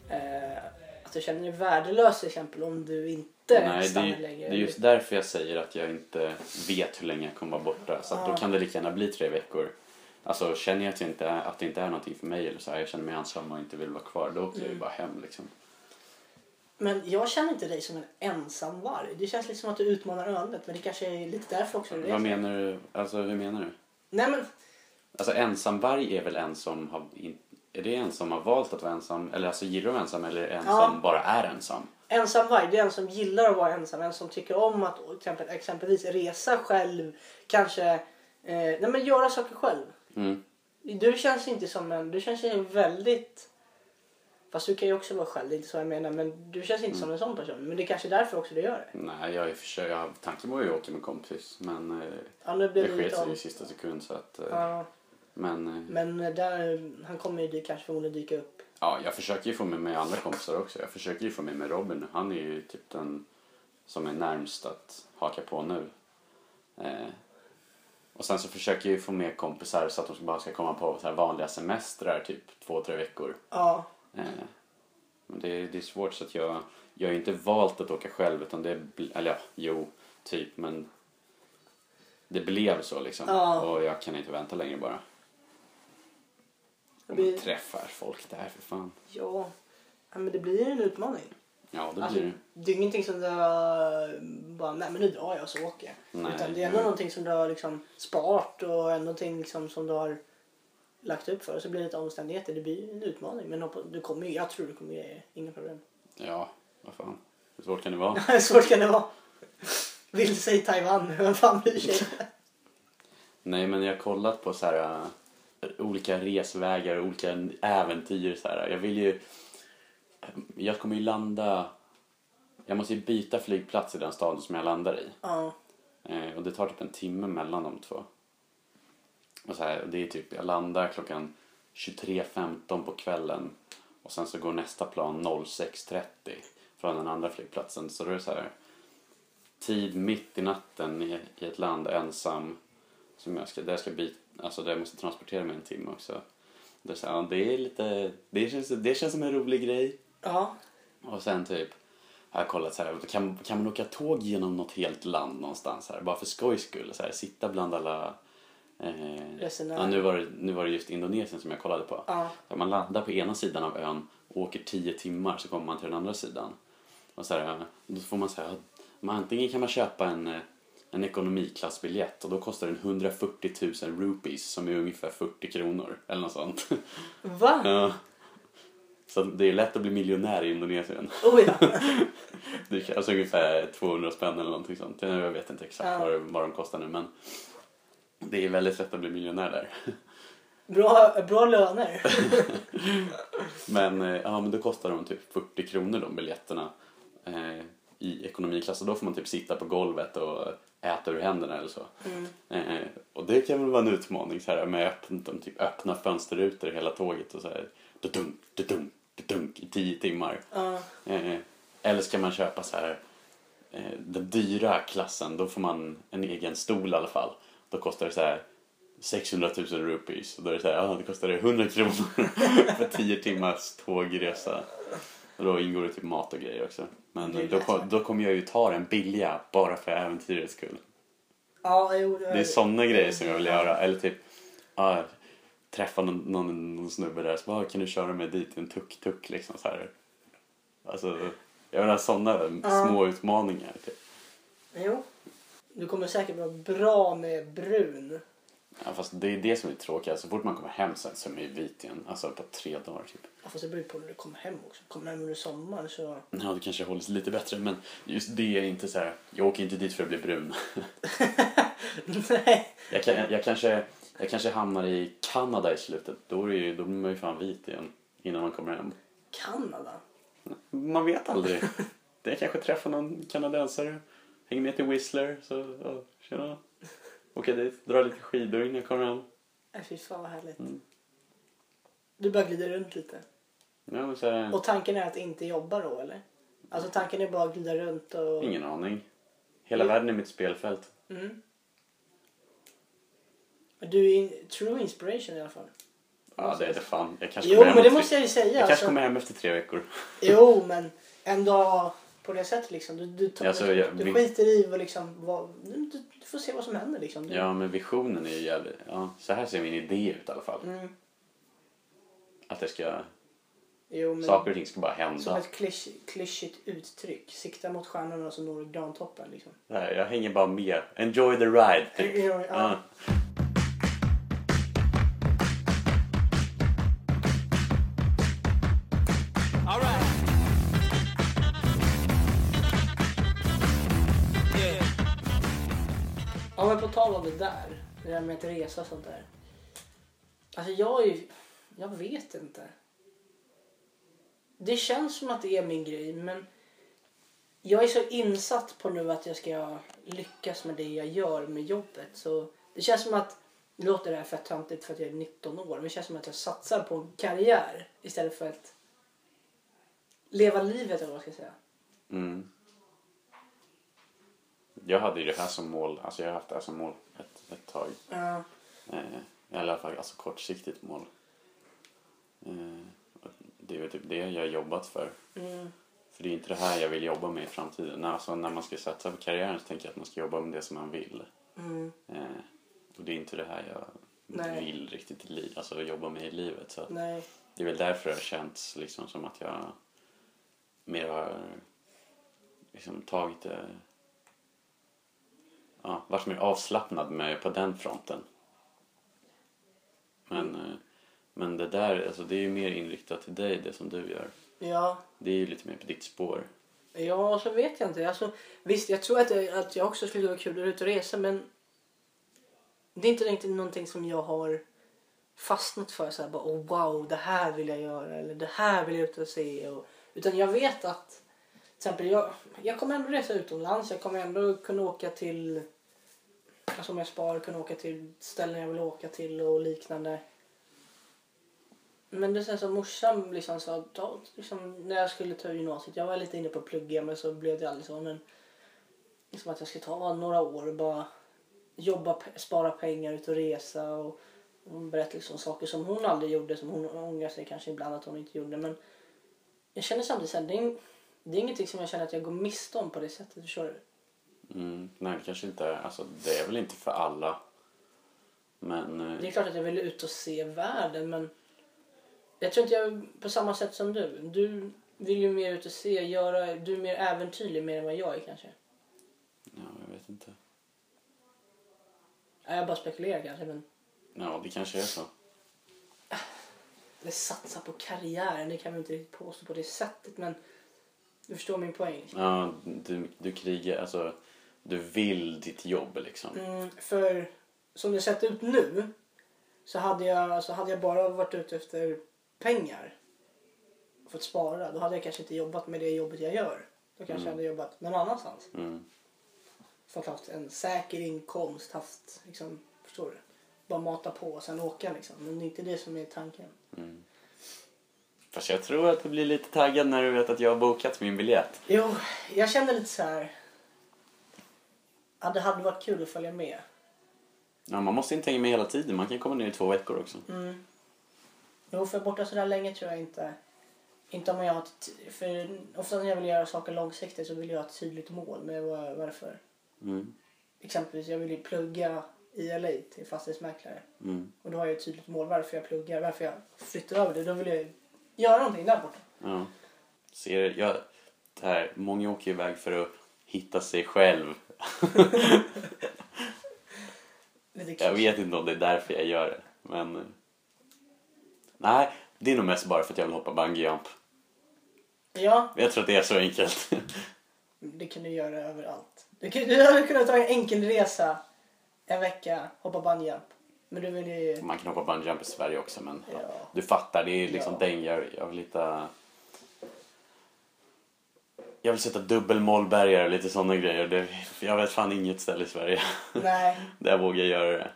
Speaker 1: Eh, att du känner dig värdelös till exempel om du inte
Speaker 2: Nej, det,
Speaker 1: stannar
Speaker 2: är- det
Speaker 1: längre?
Speaker 2: är just därför jag säger att jag inte vet hur länge jag kommer vara borta. Så att då
Speaker 1: Ah.
Speaker 2: kan det lika gärna bli tre veckor. Alltså känner jag att, jag inte, är- att det inte är någonting för mig eller så här, jag känner mig ensam och inte vill vara kvar, då åker jag
Speaker 1: Mm.
Speaker 2: ju bara hem liksom.
Speaker 1: Men jag känner inte dig som en ensam varg. Det känns liksom att du utmanar ödet men det kanske är lite därför också. du är
Speaker 2: Vad
Speaker 1: så.
Speaker 2: menar du? Alltså hur menar du?
Speaker 1: Nej men,
Speaker 2: Alltså ensamvarg är väl en som har, in, är det en som har valt att vara ensam? Eller alltså gillar de ensam eller är det en
Speaker 1: Ja.
Speaker 2: som bara är ensam?
Speaker 1: ensam varg det är en som gillar att vara ensam. En som tycker om att till exempel, exempelvis resa själv. Kanske, eh, nej men göra saker själv.
Speaker 2: Mm.
Speaker 1: Du känns inte som en, du känns ju en väldigt... Fast du kan ju också vara själv, det är inte så jag menar. Men du känns inte som en sån person. Men det är kanske är därför också du gör det.
Speaker 2: Nej, jag är försö- jag, tanken var ju att åka med kompis men eh,
Speaker 1: Ja, nu
Speaker 2: det
Speaker 1: blev det
Speaker 2: sket
Speaker 1: lite
Speaker 2: sig i
Speaker 1: om...
Speaker 2: sista sekund så att eh,
Speaker 1: Ja,
Speaker 2: men eh,
Speaker 1: men där, han kommer ju dy- kanske förmodligen dyka upp.
Speaker 2: Ja, jag försöker ju få med mig andra kompisar också. Jag försöker ju få med mig Robin. Han är ju typ den som är närmst att haka på nu. Eh, och sen så försöker jag ju få med kompisar så att de bara ska komma på så här vanliga semestrar, typ två, tre veckor.
Speaker 1: Ja,
Speaker 2: Eh, men det, är- det är svårt så att jag, jag har ju inte valt att åka själv utan det, bl- eller ja, jo, typ men det blev så liksom.
Speaker 1: Ja.
Speaker 2: Och jag kan inte vänta längre bara.
Speaker 1: det
Speaker 2: Och man
Speaker 1: blir,
Speaker 2: träffar folk där för fan.
Speaker 1: ja, ja, men det blir ju en utmaning.
Speaker 2: Ja, det blir
Speaker 1: Alltså,
Speaker 2: det.
Speaker 1: det är ingenting som du har bara, nej men nu drar jag och så åker jag.
Speaker 2: Nej,
Speaker 1: Utan det är ändå
Speaker 2: nej.
Speaker 1: någonting som du har liksom sparat och ändå någonting liksom som du har lagt upp för. Så blir det lite omständigheter, det blir en utmaning. Men hoppas- du kommer, ju- jag tror du kommer grejer inga problem. *laughs*
Speaker 2: Ja, vad fan. Hur svårt kan det vara?
Speaker 1: Svårt kan det vara. Vill säga Taiwan, *laughs* vem fan bryr
Speaker 2: *laughs*
Speaker 1: sig?
Speaker 2: Nej, men jag har kollat på så här äh, olika resvägar och olika äventyr så här. Jag vill ju jag kommer ju landa jag måste ju byta flygplats i den staden som jag landar i.
Speaker 1: ja.
Speaker 2: Eh, och det tar typ en timme mellan de två. Och så här, och det är typ, jag landar klockan 23.15 på kvällen och sen så går nästa plan 06.30 från den andra flygplatsen. Så då är det så här, tid mitt i natten i, i ett land ensam som jag ska, där jag ska byta, alltså där jag måste transportera mig en timme också. Då sa han, det är lite, det känns, det känns som en rolig grej.
Speaker 1: Ja.
Speaker 2: Och sen typ har jag kollat så här, kan, kan man åka tåg genom något helt land någonstans här, bara för skojs skull? Så här, sitta bland alla... Eh,
Speaker 1: Resenärer.
Speaker 2: ja, nu, var det, nu var det just Indonesien som jag kollade på.
Speaker 1: Ja.
Speaker 2: Där man landar på ena sidan av ön, åker tio timmar så kommer man till den andra sidan. Och så här, då får man säga, man, antingen kan man köpa en, eh, en ekonomiklassbiljett och då kostar den 140 000 rupees som är ungefär 40 kronor eller något sånt. *laughs*
Speaker 1: Va?
Speaker 2: ja. Så det är lätt att bli miljonär i Indonesien.
Speaker 1: Oh ja.
Speaker 2: Det krävs ungefär 200 spänn eller någonting sånt. Jag vet inte exakt
Speaker 1: Ja.
Speaker 2: vad, det- vad de kostar nu men det är väldigt lätt att bli miljonär där.
Speaker 1: Bra, bra löner.
Speaker 2: Men, eh, ja, men då kostar de typ 40 kronor de biljetterna eh, i ekonomiklass och då får man typ sitta på golvet och äta ur händerna eller så.
Speaker 1: Mm.
Speaker 2: Eh, och det kan väl vara en utmaning så här med öppna, de typ öppna fönsterrutor hela tåget och så här dunk, dunk, dunk i tio timmar.
Speaker 1: Ja.
Speaker 2: Eh, eller ska man köpa så här eh, den dyra klassen, då får man en egen stol i alla fall. Då kostar det så här 600 000 rupees. Och då är det så här, ah, det kostar det 100 kronor *laughs* för 10 timmars tågresa. Och då ingår det typ mat och grejer också. Men
Speaker 1: Det är
Speaker 2: eh, då,
Speaker 1: lätt.
Speaker 2: kom- då kommer jag ju ta den billiga bara för äventyrets skull.
Speaker 1: Ja, jo, det, var
Speaker 2: Det är
Speaker 1: det.
Speaker 2: sådana grejer som jag vill göra. Eller typ ah, träffa någon, någon, någon snubbe där som bara kan du köra mig dit i en tuk-tuk liksom så här. Alltså, jag vill ha sådana
Speaker 1: Ja.
Speaker 2: små utmaningar. Typ.
Speaker 1: Jo. Du kommer säkert vara bra med brun.
Speaker 2: Ja, fast det är det som är tråkigt. Så fort man kommer hem sen så är man ju vit igen. Alltså på tre dagar typ.
Speaker 1: Ja, Fast det beror på när du kommer hem också. Kommer du hem under sommaren så...
Speaker 2: Ja, det kanske håller sig lite bättre men just det är inte så här. Jag åker inte dit för att bli brun. *laughs*
Speaker 1: Nej.
Speaker 2: jag, kan, jag, kanske, jag kanske hamnar i Kanada i slutet. Då, är det ju, då blir man ju fan vit igen innan man kommer hem.
Speaker 1: Kanada?
Speaker 2: Man vet aldrig. *laughs* Det är kanske träffar någon kanadensare. Hänger med till Whistler. Så, ja, tjena. Åker dit, drar lite skidor innan jag kommer hem.
Speaker 1: Nej, Äh, fy fan vad härligt.
Speaker 2: Mm.
Speaker 1: Du bara glider runt lite.
Speaker 2: Ja, men så här,
Speaker 1: Och tanken är att inte jobba då eller? Alltså tanken är bara att glida runt och...
Speaker 2: ingen aning. Hela världen är mitt spelfält.
Speaker 1: Mm. Men Du är in... true inspiration i alla fall.
Speaker 2: Ja, det är det fan. Jag kanske
Speaker 1: Jo
Speaker 2: kommer hem
Speaker 1: men det
Speaker 2: efter-
Speaker 1: måste jag ju säga.
Speaker 2: Jag kanske
Speaker 1: alltså.
Speaker 2: kommer hem efter tre veckor.
Speaker 1: Jo men en dag på det sättet liksom. Du, du, tar,
Speaker 2: Alltså, jag-
Speaker 1: du
Speaker 2: vi-
Speaker 1: skiter i vad liksom... Vad... Du, du du får se vad som händer liksom. Du...
Speaker 2: Ja, men visionen är ju jävligt... Ja, så här ser min idé ut i alla fall.
Speaker 1: Mm.
Speaker 2: Att det ska...
Speaker 1: Jo, men...
Speaker 2: Saker och ting ska bara
Speaker 1: Som
Speaker 2: hända.
Speaker 1: ett klysch- klyschigt uttryck. Sikta mot stjärnorna så når du grantoppen. Liksom.
Speaker 2: Det här, jag hänger bara med. Enjoy the ride, typ.
Speaker 1: Ja.
Speaker 2: Ja.
Speaker 3: Alright. Yeah.
Speaker 1: Ja men på tal om det där. Det där med att resa och sånt där. Alltså jag är ju... Jag vet inte. Det känns som att det är min grej men jag är så insatt på nu att jag ska lyckas med det jag gör med jobbet så det känns som att nu låter det här fett töntigt för att jag är 19 år men det känns som att jag satsar på en karriär istället för att leva livet eller vad jag ska säga.
Speaker 2: Mm. Jag hade ju det här som mål, alltså jag har haft det här som mål ett, ett tag.
Speaker 1: Ja.
Speaker 2: Eh, I alla fall alltså kortsiktigt mål. Eh, och det är väl typ det jag har jobbat för.
Speaker 1: Mm.
Speaker 2: För det är inte det här jag vill jobba med i framtiden. När- Alltså när man ska satsa på karriären så tänker jag att man ska jobba med det som man vill.
Speaker 1: Mm.
Speaker 2: Eh, och det är inte det här jag
Speaker 1: Nej.
Speaker 2: vill riktigt i li- alltså jobba med i livet. Så att
Speaker 1: Nej.
Speaker 2: det är väl därför det har känts liksom som att jag mer har liksom tagit det... Ja, varit mer avslappnad med på den fronten. Men, eh, men det där, alltså det är ju mer inriktat till dig, det som du gör.
Speaker 1: Ja.
Speaker 2: Det är ju lite mer på ditt spår.
Speaker 1: Ja, så vet jag inte. Alltså, visst, jag tror att jag, att jag också skulle vara kul att ut och resa men det är inte riktigt någonting som jag har fastnat för. Så här, bara, oh, wow, det här vill jag göra eller det här vill jag ut och se. Och, utan jag vet att till exempel, jag, jag kommer ändå resa utomlands. Jag kommer ändå kunna åka till, alltså om jag sparar, kunna åka till ställen jag vill åka till och liknande. Men det är sen som morsan liksom sa, ta, liksom, när jag skulle ta gymnasiet, jag var lite inne på att plugga men så blev det aldrig så. Men liksom att jag skulle ta några år och bara jobba, pe- spara pengar, ut och resa och Hon berättar liksom saker som hon aldrig gjorde som hon ångrar sig kanske ibland att hon inte gjorde. Men jag känner samtidigt så här, det, är, det är ingenting som jag känner att jag går miste om på det sättet. Förstår du?
Speaker 2: Mm, nej, det kanske inte är. Alltså, det är väl inte för alla. Men eh,
Speaker 1: Det är klart att jag vill ut och se världen men jag tror inte jag på samma sätt som du. Du vill ju mer ut och se, göra, du är mer äventyrlig mer än vad jag är kanske.
Speaker 2: ja, jag vet inte.
Speaker 1: Ja, Jag bara spekulerar kanske men
Speaker 2: Ja, det kanske är så.
Speaker 1: eller satsa på karriären, det kan vi inte riktigt påstå på det sättet men du förstår min poäng.
Speaker 2: Ja, du, du krigar, alltså du vill ditt jobb liksom.
Speaker 1: Mm, för som det sett ut nu så hade jag, så hade jag bara varit ute efter pengar. För att spara. Då hade jag kanske inte jobbat med det jobbet jag gör. Då kanske jag hade jobbat någon annanstans.
Speaker 2: Mm.
Speaker 1: Fått haft en säker inkomst. Haft, liksom, förstår du? Bara mata på och sen åka liksom. Men det är inte det som är tanken.
Speaker 2: Fast jag tror att du blir lite taggad när du vet att jag har bokat min biljett.
Speaker 1: Jo, jag känner lite så här. Ja, det hade varit kul att följa med.
Speaker 2: Ja, man måste inte hänga med hela tiden, man kan komma ner i två veckor också.
Speaker 1: Mm. Jo, för borta sådär länge tror jag inte. Inte om jag har ett, ty- för ofta när jag vill göra saker långsiktigt så vill jag ha ett tydligt mål med vad- varför.
Speaker 2: Mm.
Speaker 1: Exempelvis, jag vill ju plugga i LA till fastighetsmäklare.
Speaker 2: Mm.
Speaker 1: Och då har jag ett tydligt mål varför jag pluggar, varför jag flyttar över det. Då vill jag ju göra någonting där borta.
Speaker 2: Ja. Ser, jag, det här, många åker ju iväg för att hitta sig själv.
Speaker 1: Lite
Speaker 2: Jag
Speaker 1: kul.
Speaker 2: vet inte om det är därför jag gör det, men... eh, Nej, det är nog mest bara för att jag vill hoppa bungee jump.
Speaker 1: Ja,
Speaker 2: Jag tror att det är så enkelt. *laughs*
Speaker 1: det kan du göra överallt. Du, kan, du hade kunnat ta en enkel resa en vecka, hoppa bungyjump. Men du vill
Speaker 2: *laughs*
Speaker 1: ju...
Speaker 2: Man kan hoppa bungee jump i Sverige också, men
Speaker 1: Ja.
Speaker 2: du fattar, det är liksom
Speaker 1: Ja.
Speaker 2: den jag, jag vill hitta... Jag vill sätta dubbelmålbergare och lite sådana grejer. Det, jag vet fan inget ställe i Sverige *laughs*
Speaker 1: Nej.
Speaker 2: där jag vågar göra det.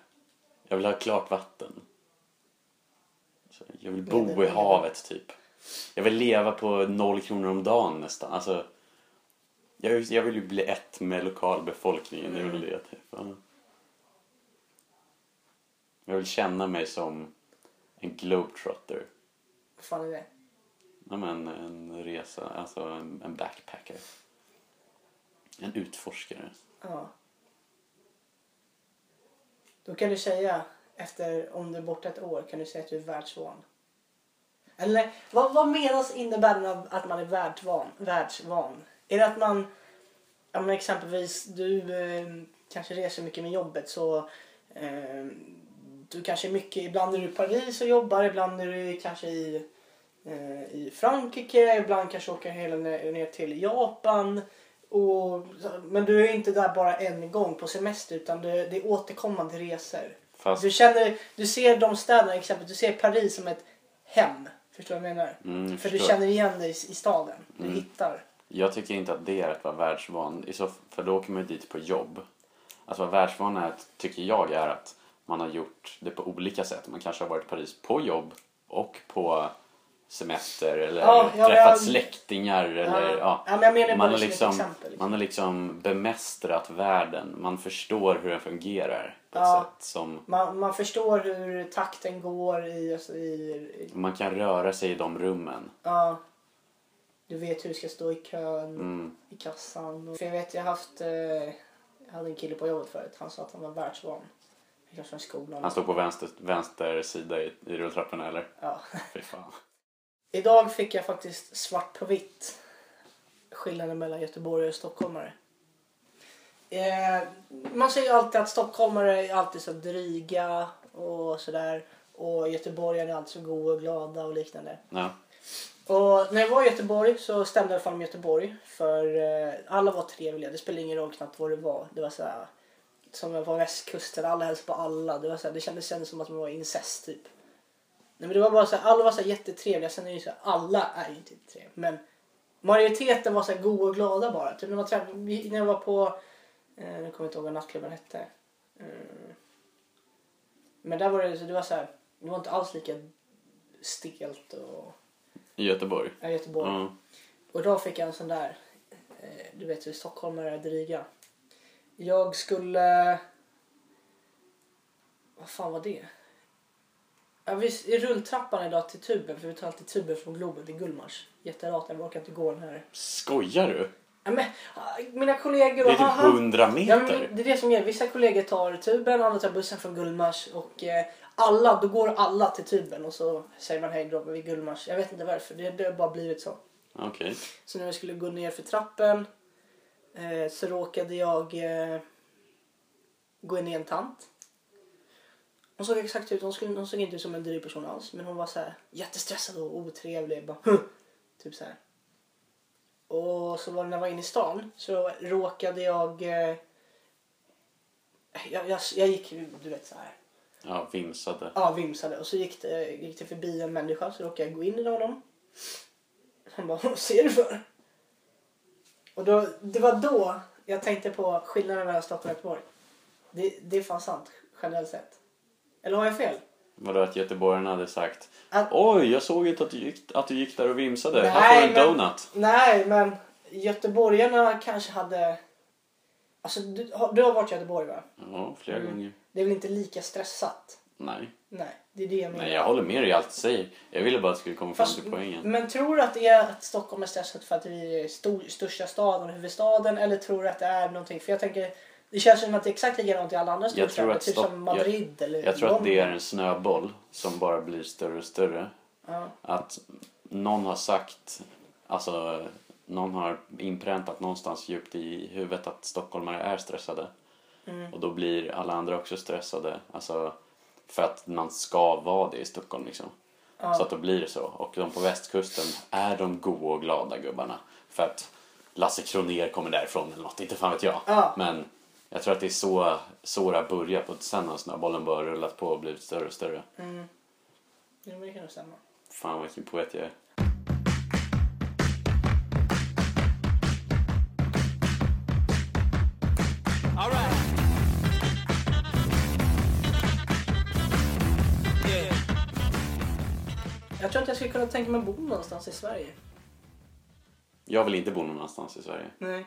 Speaker 2: Jag vill ha klart vatten. Så Jag vill bo i havet, typ. Jag vill leva på noll kronor om dagen nästan. Alltså, jag, vill- jag vill ju bli ett med lokalbefolkningen.
Speaker 1: Mm.
Speaker 2: Jag vill, det, typ. Ja. jag vill känna mig som en globetrotter.
Speaker 1: Vad fan är det?
Speaker 2: Ja, men en resa, alltså en, en backpacker. En utforskare.
Speaker 1: Ja. Då kan du säga, efter, om du är borta ett år, kan du säga att du är världsvan. Eller vad, vad menas innebär av att man är världsvan? världsvan? Är det att man, ja, men exempelvis du eh, kanske reser mycket med jobbet så eh, du kanske är mycket, ibland är du i Paris och jobbar, ibland är du kanske i, eh, i Frankrike, ibland kanske åker hela ner, ner till Japan. Och, men du är inte där bara en gång på semester utan du, det är återkommande resor.
Speaker 2: Fast,
Speaker 1: Du, känner, du ser de städerna, exempelvis, du ser Paris som ett hem. Förstår du vad jag menar?
Speaker 2: mm, jag
Speaker 1: För du
Speaker 2: förstår. Mm.
Speaker 1: känner igen dig i staden. Du hittar.
Speaker 2: Jag tycker inte att det är att vara världsvan, I så f- för då åker man ju dit på jobb. Att vara världsvan är, att, tycker jag är att man har gjort det på olika sätt. Man kanske har varit i Paris på jobb och på semester eller
Speaker 1: Ja, ja,
Speaker 2: träffat
Speaker 1: jag-
Speaker 2: släktingar. Eller,
Speaker 1: ja.
Speaker 2: ja.
Speaker 1: men jag menar
Speaker 2: Man,
Speaker 1: bara
Speaker 2: har
Speaker 1: som
Speaker 2: liksom,
Speaker 1: ett exempel. Liksom.
Speaker 2: man har liksom bemästrat världen. Man förstår hur den fungerar på ett
Speaker 1: Ja.
Speaker 2: sätt som...
Speaker 1: Man, man förstår hur takten går i... Alltså, i, i
Speaker 2: Man kan röra sig i de rummen.
Speaker 1: ja. Du vet hur du ska stå i kön,
Speaker 2: Mm.
Speaker 1: i kassan. För jag vet, jag har haft... Eh, jag hade en kille på jobbet förut. Han sa att han var världsvan. Kanske från skolan.
Speaker 2: Han står på vänster, vänster sida i, i rulltrapporna eller?
Speaker 1: Ja.
Speaker 2: Fy fan.
Speaker 1: Idag fick jag faktiskt svart på vitt skillnaden mellan göteborgare och stockholmare. Eh, man säger ju alltid att stockholmare är alltid så dryga och sådär. Och göteborgare är alltid så goa och glada och liknande.
Speaker 2: Ja.
Speaker 1: Och när jag var i Göteborg så stämde jag fan Göteborg. För eh, alla var trevliga. Det spelade ingen roll knappt vad det var. Det var såhär som jag var västkusten. Alla hälsade på alla. Det, var såhär, det kändes kändes som att man var incest typ. Nej, men det var bara så alla var så jättetrevliga. Sen är det ju så alla är ju inte trevliga. Men majoriteten var så goa och glada bara. Typ när, man träff- när jag var på, eh, nu kommer jag inte ihåg vad nattklubben hette. Mm. Men där var det, så det var så det var inte alls lika stelt och
Speaker 2: I Göteborg.
Speaker 1: ja, Göteborg.
Speaker 2: Ja.
Speaker 1: Och då fick jag en sån där, eh, du vet hur stockholmare är dryga. Jag skulle, vad fan var det? Ja, vi s- är rulltrappan idag till tuben för vi tar alltid tuben från Globen till Gullmars. Jätterart, jag orkar inte gå den här.
Speaker 2: Skojar du?
Speaker 1: Ja, men, ah, mina kollegor
Speaker 2: Det
Speaker 1: och
Speaker 2: är typ
Speaker 1: han-
Speaker 2: 100
Speaker 1: Ja, men
Speaker 2: meter.
Speaker 1: det är det som är. Vissa kollegor tar tuben, andra tar bussen från Gullmars och eh, alla, då går alla till tuben och så säger man hej då vid Gullmars. Jag vet inte varför, det, det har bara blivit så.
Speaker 2: Okej.
Speaker 1: Så när jag skulle gå ner för trappen eh, så råkade jag eh, gå in i en tant. Hon såg exakt ut, hon, skulle, hon såg inte ut som en dryg person alls men hon var så här jättestressad och otrevlig. Bara, "Huh", typ så här. Och så var det när jag var inne i stan så råkade jag... Eh, jag, jag, jag gick du vet så här
Speaker 2: Ja, vimsade.
Speaker 1: Ja, vimsade. Och så gick det, gick det förbi en människa så råkade jag gå in i honom. Han bara, vad ser du för? Och då, det var då jag tänkte på skillnaden mellan Stockholm och Göteborg. Det, det är fan sant, generellt sett. Eller har jag fel?
Speaker 2: Vadå att göteborgarna hade sagt
Speaker 1: Att-
Speaker 2: Oj, jag såg inte att du gick, att du gick där och vimsade. Här
Speaker 1: Nej,
Speaker 2: får du en
Speaker 1: men-
Speaker 2: donut.
Speaker 1: Nej, men göteborgarna kanske hade... Alltså, du, har- du har varit i Göteborg va?
Speaker 2: Ja, flera
Speaker 1: Mm.
Speaker 2: gånger.
Speaker 1: Det är väl inte lika stressat?
Speaker 2: Nej.
Speaker 1: Nej, det är det jag menar.
Speaker 2: Nej, jag håller med dig i allt du säger. Jag ville bara att du skulle komma fram
Speaker 1: Fast,
Speaker 2: till poängen.
Speaker 1: men tror du att, det är att Stockholm är stressat för att vi är stor, största staden och huvudstaden eller tror du att det är någonting? För jag tänker, det känns som att det är exakt likadant i alla andra
Speaker 2: tror
Speaker 1: storstäder.
Speaker 2: att
Speaker 1: Typ
Speaker 2: Stock-
Speaker 1: som Madrid eller
Speaker 2: Jag tror att det är
Speaker 1: London.
Speaker 2: en snöboll som bara blir större och större.
Speaker 1: Ja.
Speaker 2: Att någon har sagt, alltså någon har inpräntat någonstans djupt i huvudet att stockholmare är stressade. Och då blir alla andra också stressade. Alltså för att man ska vara det i Stockholm liksom. Så att då blir det så. Och de på västkusten är de goa och glada gubbarna. För att Lasse Kroner kommer därifrån eller något, inte fan vet jag.
Speaker 1: Ja.
Speaker 2: Men jag tror att det är så, så det har börjat och sen har snöbollen alltså, bara rullat på och blivit större och större.
Speaker 1: mm. Ja, men det kan nog stämma.
Speaker 2: Fan vilken poet jag är.
Speaker 3: All right. Yeah.
Speaker 1: Jag tror att jag skulle kunna tänka mig att bo någonstans i Sverige.
Speaker 2: Jag vill inte bo någon annanstans i Sverige.
Speaker 1: Nej.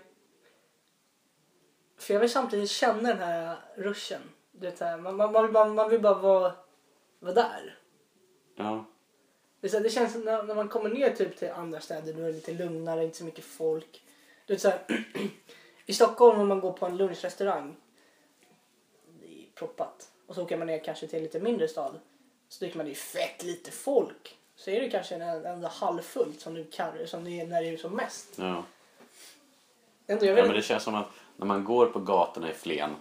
Speaker 1: För jag vill samtidigt känna den här ruschen. Du vet, så här, man, man, man, man, man vill bara vara, vara där.
Speaker 2: Ja,
Speaker 1: Det, är så här, det känns som när, när man kommer ner typ till andra städer då är det lite lugnare, inte så mycket folk. Du vet, så här, *clears throat* I Stockholm om man går på en lunchrestaurang. Det är proppat. Och så åker man ner kanske till en lite mindre stad. Så tycker man det är fett lite folk. Så är det kanske en en enda halvfullt som, du kan, som det är när det är som mest.
Speaker 2: ja.
Speaker 1: Ändå, jag
Speaker 2: ja
Speaker 1: vet,
Speaker 2: men det känns som att när man går på gatorna i Flen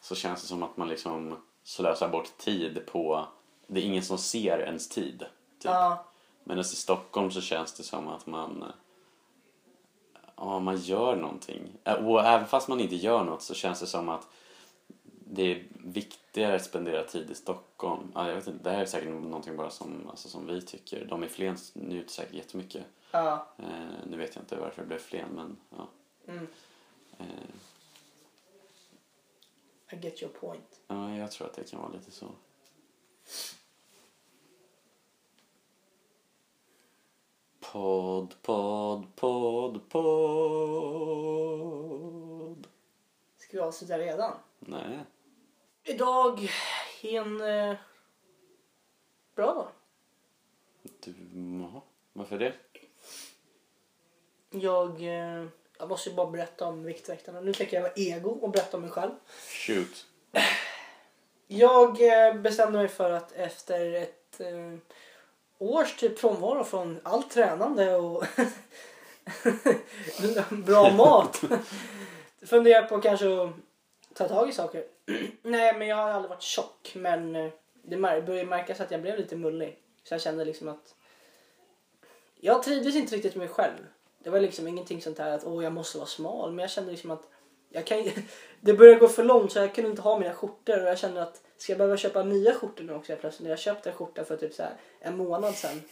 Speaker 2: så känns det som att man liksom slösar bort tid på... Det är ingen som ser ens tid. Typ.
Speaker 1: ja,
Speaker 2: Medan i Stockholm så känns det som att man... eh, Ja, man gör någonting. Ä- Och även fast man inte gör något så känns det som att det är viktigare att spendera tid i Stockholm. Ja, jag vet inte, det här är säkert någonting bara som, alltså, som vi tycker. De i Flen njuter säkert jättemycket.
Speaker 1: ja.
Speaker 2: Eh, nu vet jag inte varför det blev Flen, men ja. Eh,
Speaker 1: I get your point.
Speaker 2: ja, jag tror att det kan vara lite så. Podd, podd, podd, podd.
Speaker 1: Ska vi avsluta redan?
Speaker 2: Nej,
Speaker 1: Idag är en eh, bra dag.
Speaker 2: du, ja, varför det?
Speaker 1: Jag, eh, jag måste ju bara berätta om Viktväktarna. Nu tänker jag vara ego och berätta om mig själv.
Speaker 2: Shoot.
Speaker 1: Jag eh, bestämde mig för att efter ett eh, års typ frånvaro från allt tränande och *laughs* bra mat funderar jag på kanske att ta tag i saker. *clears throat* Nej, men jag har aldrig varit tjock, men eh, det mär- började märkas att jag blev lite mullig. Så jag kände liksom att jag trivdes inte riktigt med mig själv. Det var liksom ingenting sånt här att åh, jag måste vara smal, men jag kände liksom att jag kan, *laughs* det började gå för långt så jag kunde inte ha mina skjortor och jag kände att ska jag behöva köpa nya skjortor nu också helt plötsligt? Jag köpte en skjorta för typ så här en månad sedan.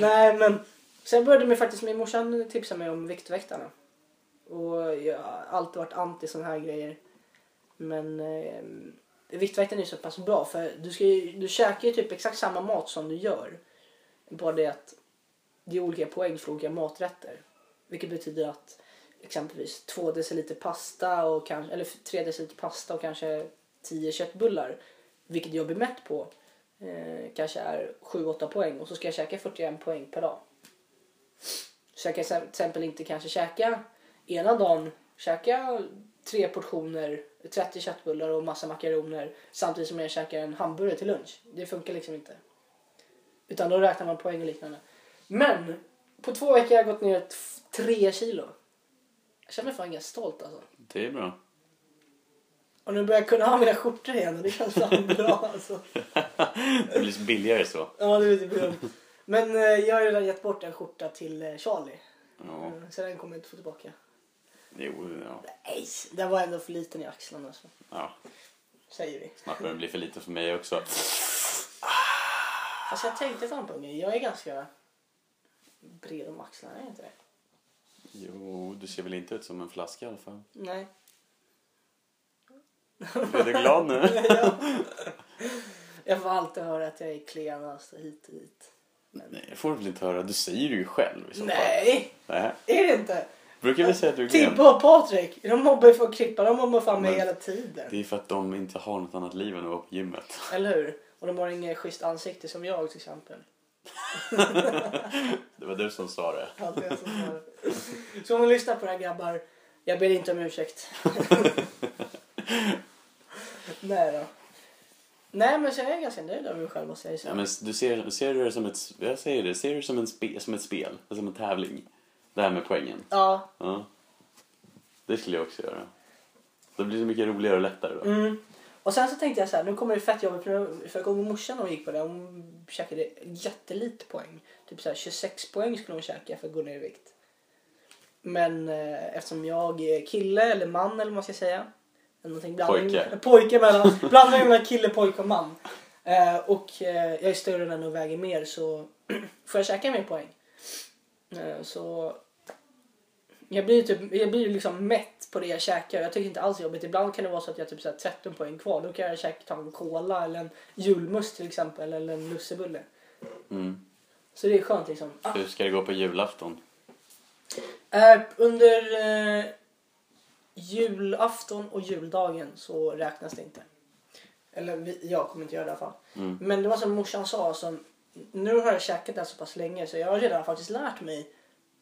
Speaker 1: Nej men sen började mig faktiskt min morsan tipsa mig om Viktväktarna. Och jag har alltid varit anti sådana här grejer. Men eh, Viktväktarna är ju så pass bra för du, ska ju, du käkar ju typ exakt samma mat som du gör. Bara det att det är olika poäng för olika maträtter. Vilket betyder att exempelvis 2 deciliter pasta och kanske, eller 3 deciliter pasta och kanske 10 köttbullar vilket jag blir mätt på, eh, kanske är 7-8 poäng och så ska jag käka 41 poäng per dag. Så jag kan se- till exempel inte kanske käka ena dagen käka tre portioner 30 köttbullar och massa makaroner samtidigt som jag käkar en hamburgare till lunch. Det funkar liksom inte. Utan då räknar man poäng och liknande. Men på två veckor har jag gått ner t- tre kilo. Jag känner mig fan ganska stolt alltså.
Speaker 2: Det är bra.
Speaker 1: Och nu börjar jag kunna ha mina skjortor igen och det känns fan *laughs* bra alltså.
Speaker 2: Det blir så billigare så.
Speaker 1: Ja, det är lite bra. Men eh, jag har ju redan gett bort en skjorta till eh, Charlie.
Speaker 2: Ja,
Speaker 1: Mm, Så den kommer jag inte få tillbaka.
Speaker 2: jo, ja.
Speaker 1: Nej, den var ändå för liten i axlarna alltså.
Speaker 2: ja.
Speaker 1: Säger vi.
Speaker 2: Snart börjar det bli för lite för mig också.
Speaker 1: Fast jag tänkte fan på en grej. Jag är ganska bred om axlarna, är jag inte det?
Speaker 2: Jo, du ser väl inte ut som en flaska i alla fall.
Speaker 1: Nej. *laughs*
Speaker 2: Är du
Speaker 1: *laughs*
Speaker 2: glad nu?
Speaker 1: Jag får alltid höra att jag är klenast och hit och dit.
Speaker 2: Nej, jag får väl inte höra. Du säger det ju själv i så fall.
Speaker 1: Nej, Typ
Speaker 2: Nej.
Speaker 1: är det inte?
Speaker 2: Brukar vi säga att du är
Speaker 1: Tibbe
Speaker 2: glad?
Speaker 1: och Patrik, de mobbar ju för Krippa. De mobbar fan mig
Speaker 2: Men-
Speaker 1: hela tiden.
Speaker 2: Det är för att de inte har något annat liv än att vara på gymmet.
Speaker 1: Eller hur? Och de har inget schysst ansikte som jag till exempel.
Speaker 2: *laughs* Det var du som sa det.
Speaker 1: Allt jag som har.
Speaker 2: *laughs*
Speaker 1: Så om ni lyssnar på det här grabbar, jag ber inte om ursäkt. Nej då. Nej men så är jag ganska nöjd över mig själv måste jag ju säga.
Speaker 2: Ja, men du ser, ser du det som ett, jag säger det, ser du det som, en spe, som ett spel, som en tävling? Det här med poängen.
Speaker 1: Ja,
Speaker 2: Ja. Det skulle jag också göra. Det blir så mycket roligare och lättare då.
Speaker 1: Mm. Och sen så tänkte jag så här, nu kommer det fett jobbigt för nu- för jag kommer ihåg morsan när hon gick på det, hon käkade jättelite poäng. Typ så här 26 poäng skulle hon käka för att gå ner i vikt. Men eh, eftersom jag är kille eller man eller vad man ska säga. eller Någonting blandning,
Speaker 2: Pojke.
Speaker 1: *laughs* pojke mellan, blandning mellan kille, pojke och man. Eh, och eh, jag är större än henne och väger mer så *clears throat* får jag käka mer poäng. Eh, så jag blir ju typ, jag blir ju liksom mätt på det jag käkar. Jag tycker inte alls det är jobbigt. Ibland kan det vara så att jag har typ så här 13 poäng kvar. Då kan jag käka, ta en cola eller en julmust till exempel. Eller en lussebulle.
Speaker 2: Mm.
Speaker 1: Så det är skönt liksom. Ah,
Speaker 2: Hur ska det gå på julafton?
Speaker 1: eh, under eh, julafton och juldagen så räknas det inte. Eller vi, jag kommer inte göra det i alla fall.
Speaker 2: Mm.
Speaker 1: Men det var som morsan sa. Som, nu har jag käkat det här så pass länge så jag har redan faktiskt lärt mig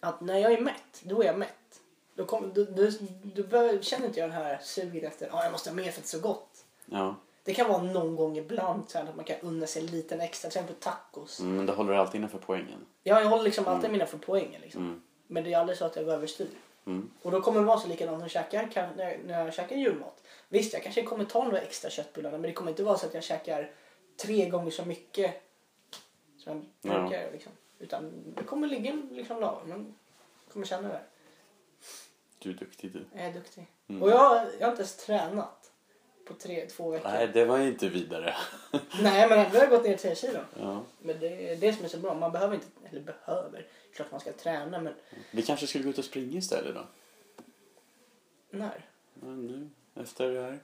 Speaker 1: att när jag är mätt, då är jag mätt. Då, kom, då, då, då bör, känner inte jag den här sugen efter att jag måste ha mer för att det är så gott.
Speaker 2: Ja,
Speaker 1: Det kan vara någon gång ibland så här, att man kan unna sig en liten extra. Till exempel tacos.
Speaker 2: Mm, men det håller du alltid innanför poängen.
Speaker 1: Ja, jag håller liksom alltid mina för poäng. Liksom.
Speaker 2: Mm.
Speaker 1: Men det är aldrig så att jag går överstyr.
Speaker 2: Mm.
Speaker 1: Och då kommer det vara så likadant när jag käkar, kan, när, jag- när jag käkar julmat. Visst, jag kanske kommer ta några extra köttbullar men det kommer inte vara så att jag käkar tre gånger så mycket som jag
Speaker 2: Ja.
Speaker 1: brukar. Liksom. Utan det kommer ligga liksom lagom. Man kommer känna det.
Speaker 2: Du är duktig du.
Speaker 1: Jag är duktig.
Speaker 2: Mm.
Speaker 1: Och jag, jag har inte ens tränat på tre, två veckor.
Speaker 2: Nej,
Speaker 1: Nej,
Speaker 2: det var ju inte vidare.
Speaker 1: men ändå har jag gått ner 10 kilo.
Speaker 2: Ja.
Speaker 1: Men det är det som är så bra. Man behöver inte, eller behöver, klart man ska träna men
Speaker 2: Vi kanske skulle gå ut och springa istället då?
Speaker 1: när?
Speaker 2: Ja, nu, efter det här.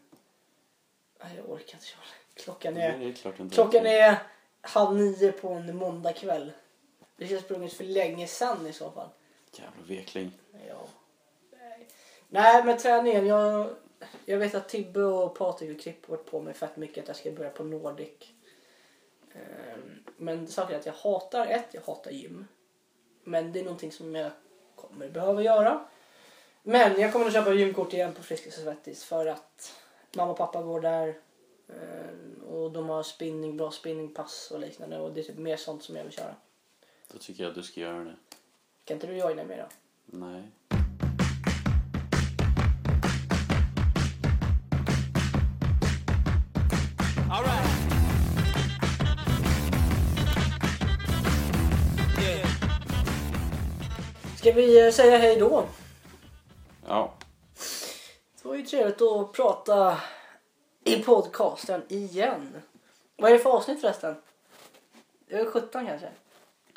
Speaker 1: Nej, jag orkar inte köra. Klockan är...
Speaker 2: Nej, det är klart inte.
Speaker 1: Klockan är halv nio på en måndagkväll. Det känns sprunget för länge sedan i så fall.
Speaker 2: Jävla vekling.
Speaker 1: Ja. Nej. Nej, men träningen. Jag, jag vet att Tibbe och Patrik och Kripp har varit på mig fett mycket att jag ska börja på Nordic. Ehm, Men saken är att jag hatar ett, jag hatar gym. Men det är någonting som jag kommer behöva göra. Men jag kommer att köpa gymkort igen på Friskis och Svettis för att mamma och pappa går där. Ehm, Och de har spinning, bra spinningpass och liknande och det är typ mer sånt som jag vill köra.
Speaker 2: Då tycker jag att du ska göra det.
Speaker 1: Kan inte du joina mig då?
Speaker 2: Nej.
Speaker 3: All right. Yeah.
Speaker 1: Ska vi eh, säga hej då?
Speaker 2: Ja.
Speaker 1: Det var ju trevligt att prata i podcasten igen. Vad är det för avsnitt förresten? Det är 17 kanske?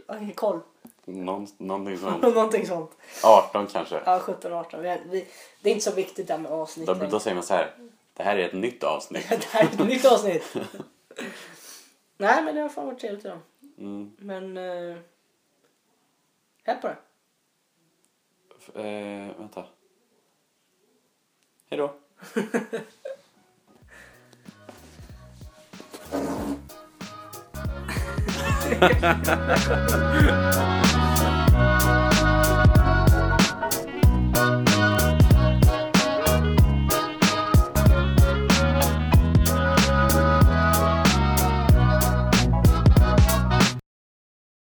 Speaker 1: Jag har ingen koll.
Speaker 2: Någon, någonting
Speaker 1: *laughs*
Speaker 2: sånt.
Speaker 1: Någonting sånt.
Speaker 2: 18 kanske.
Speaker 1: Ja, 17, 18. Vi, vi, det är inte så viktigt det här med avsnitt.
Speaker 2: Då, då säger man så här. Det här är ett nytt avsnitt.
Speaker 1: *laughs* Det här är ett nytt avsnitt. *laughs* Nej, men det har fan varit trevligt idag.
Speaker 2: Mm.
Speaker 1: Men... Eh, hej på det.
Speaker 2: F- eh, vänta. Hej då.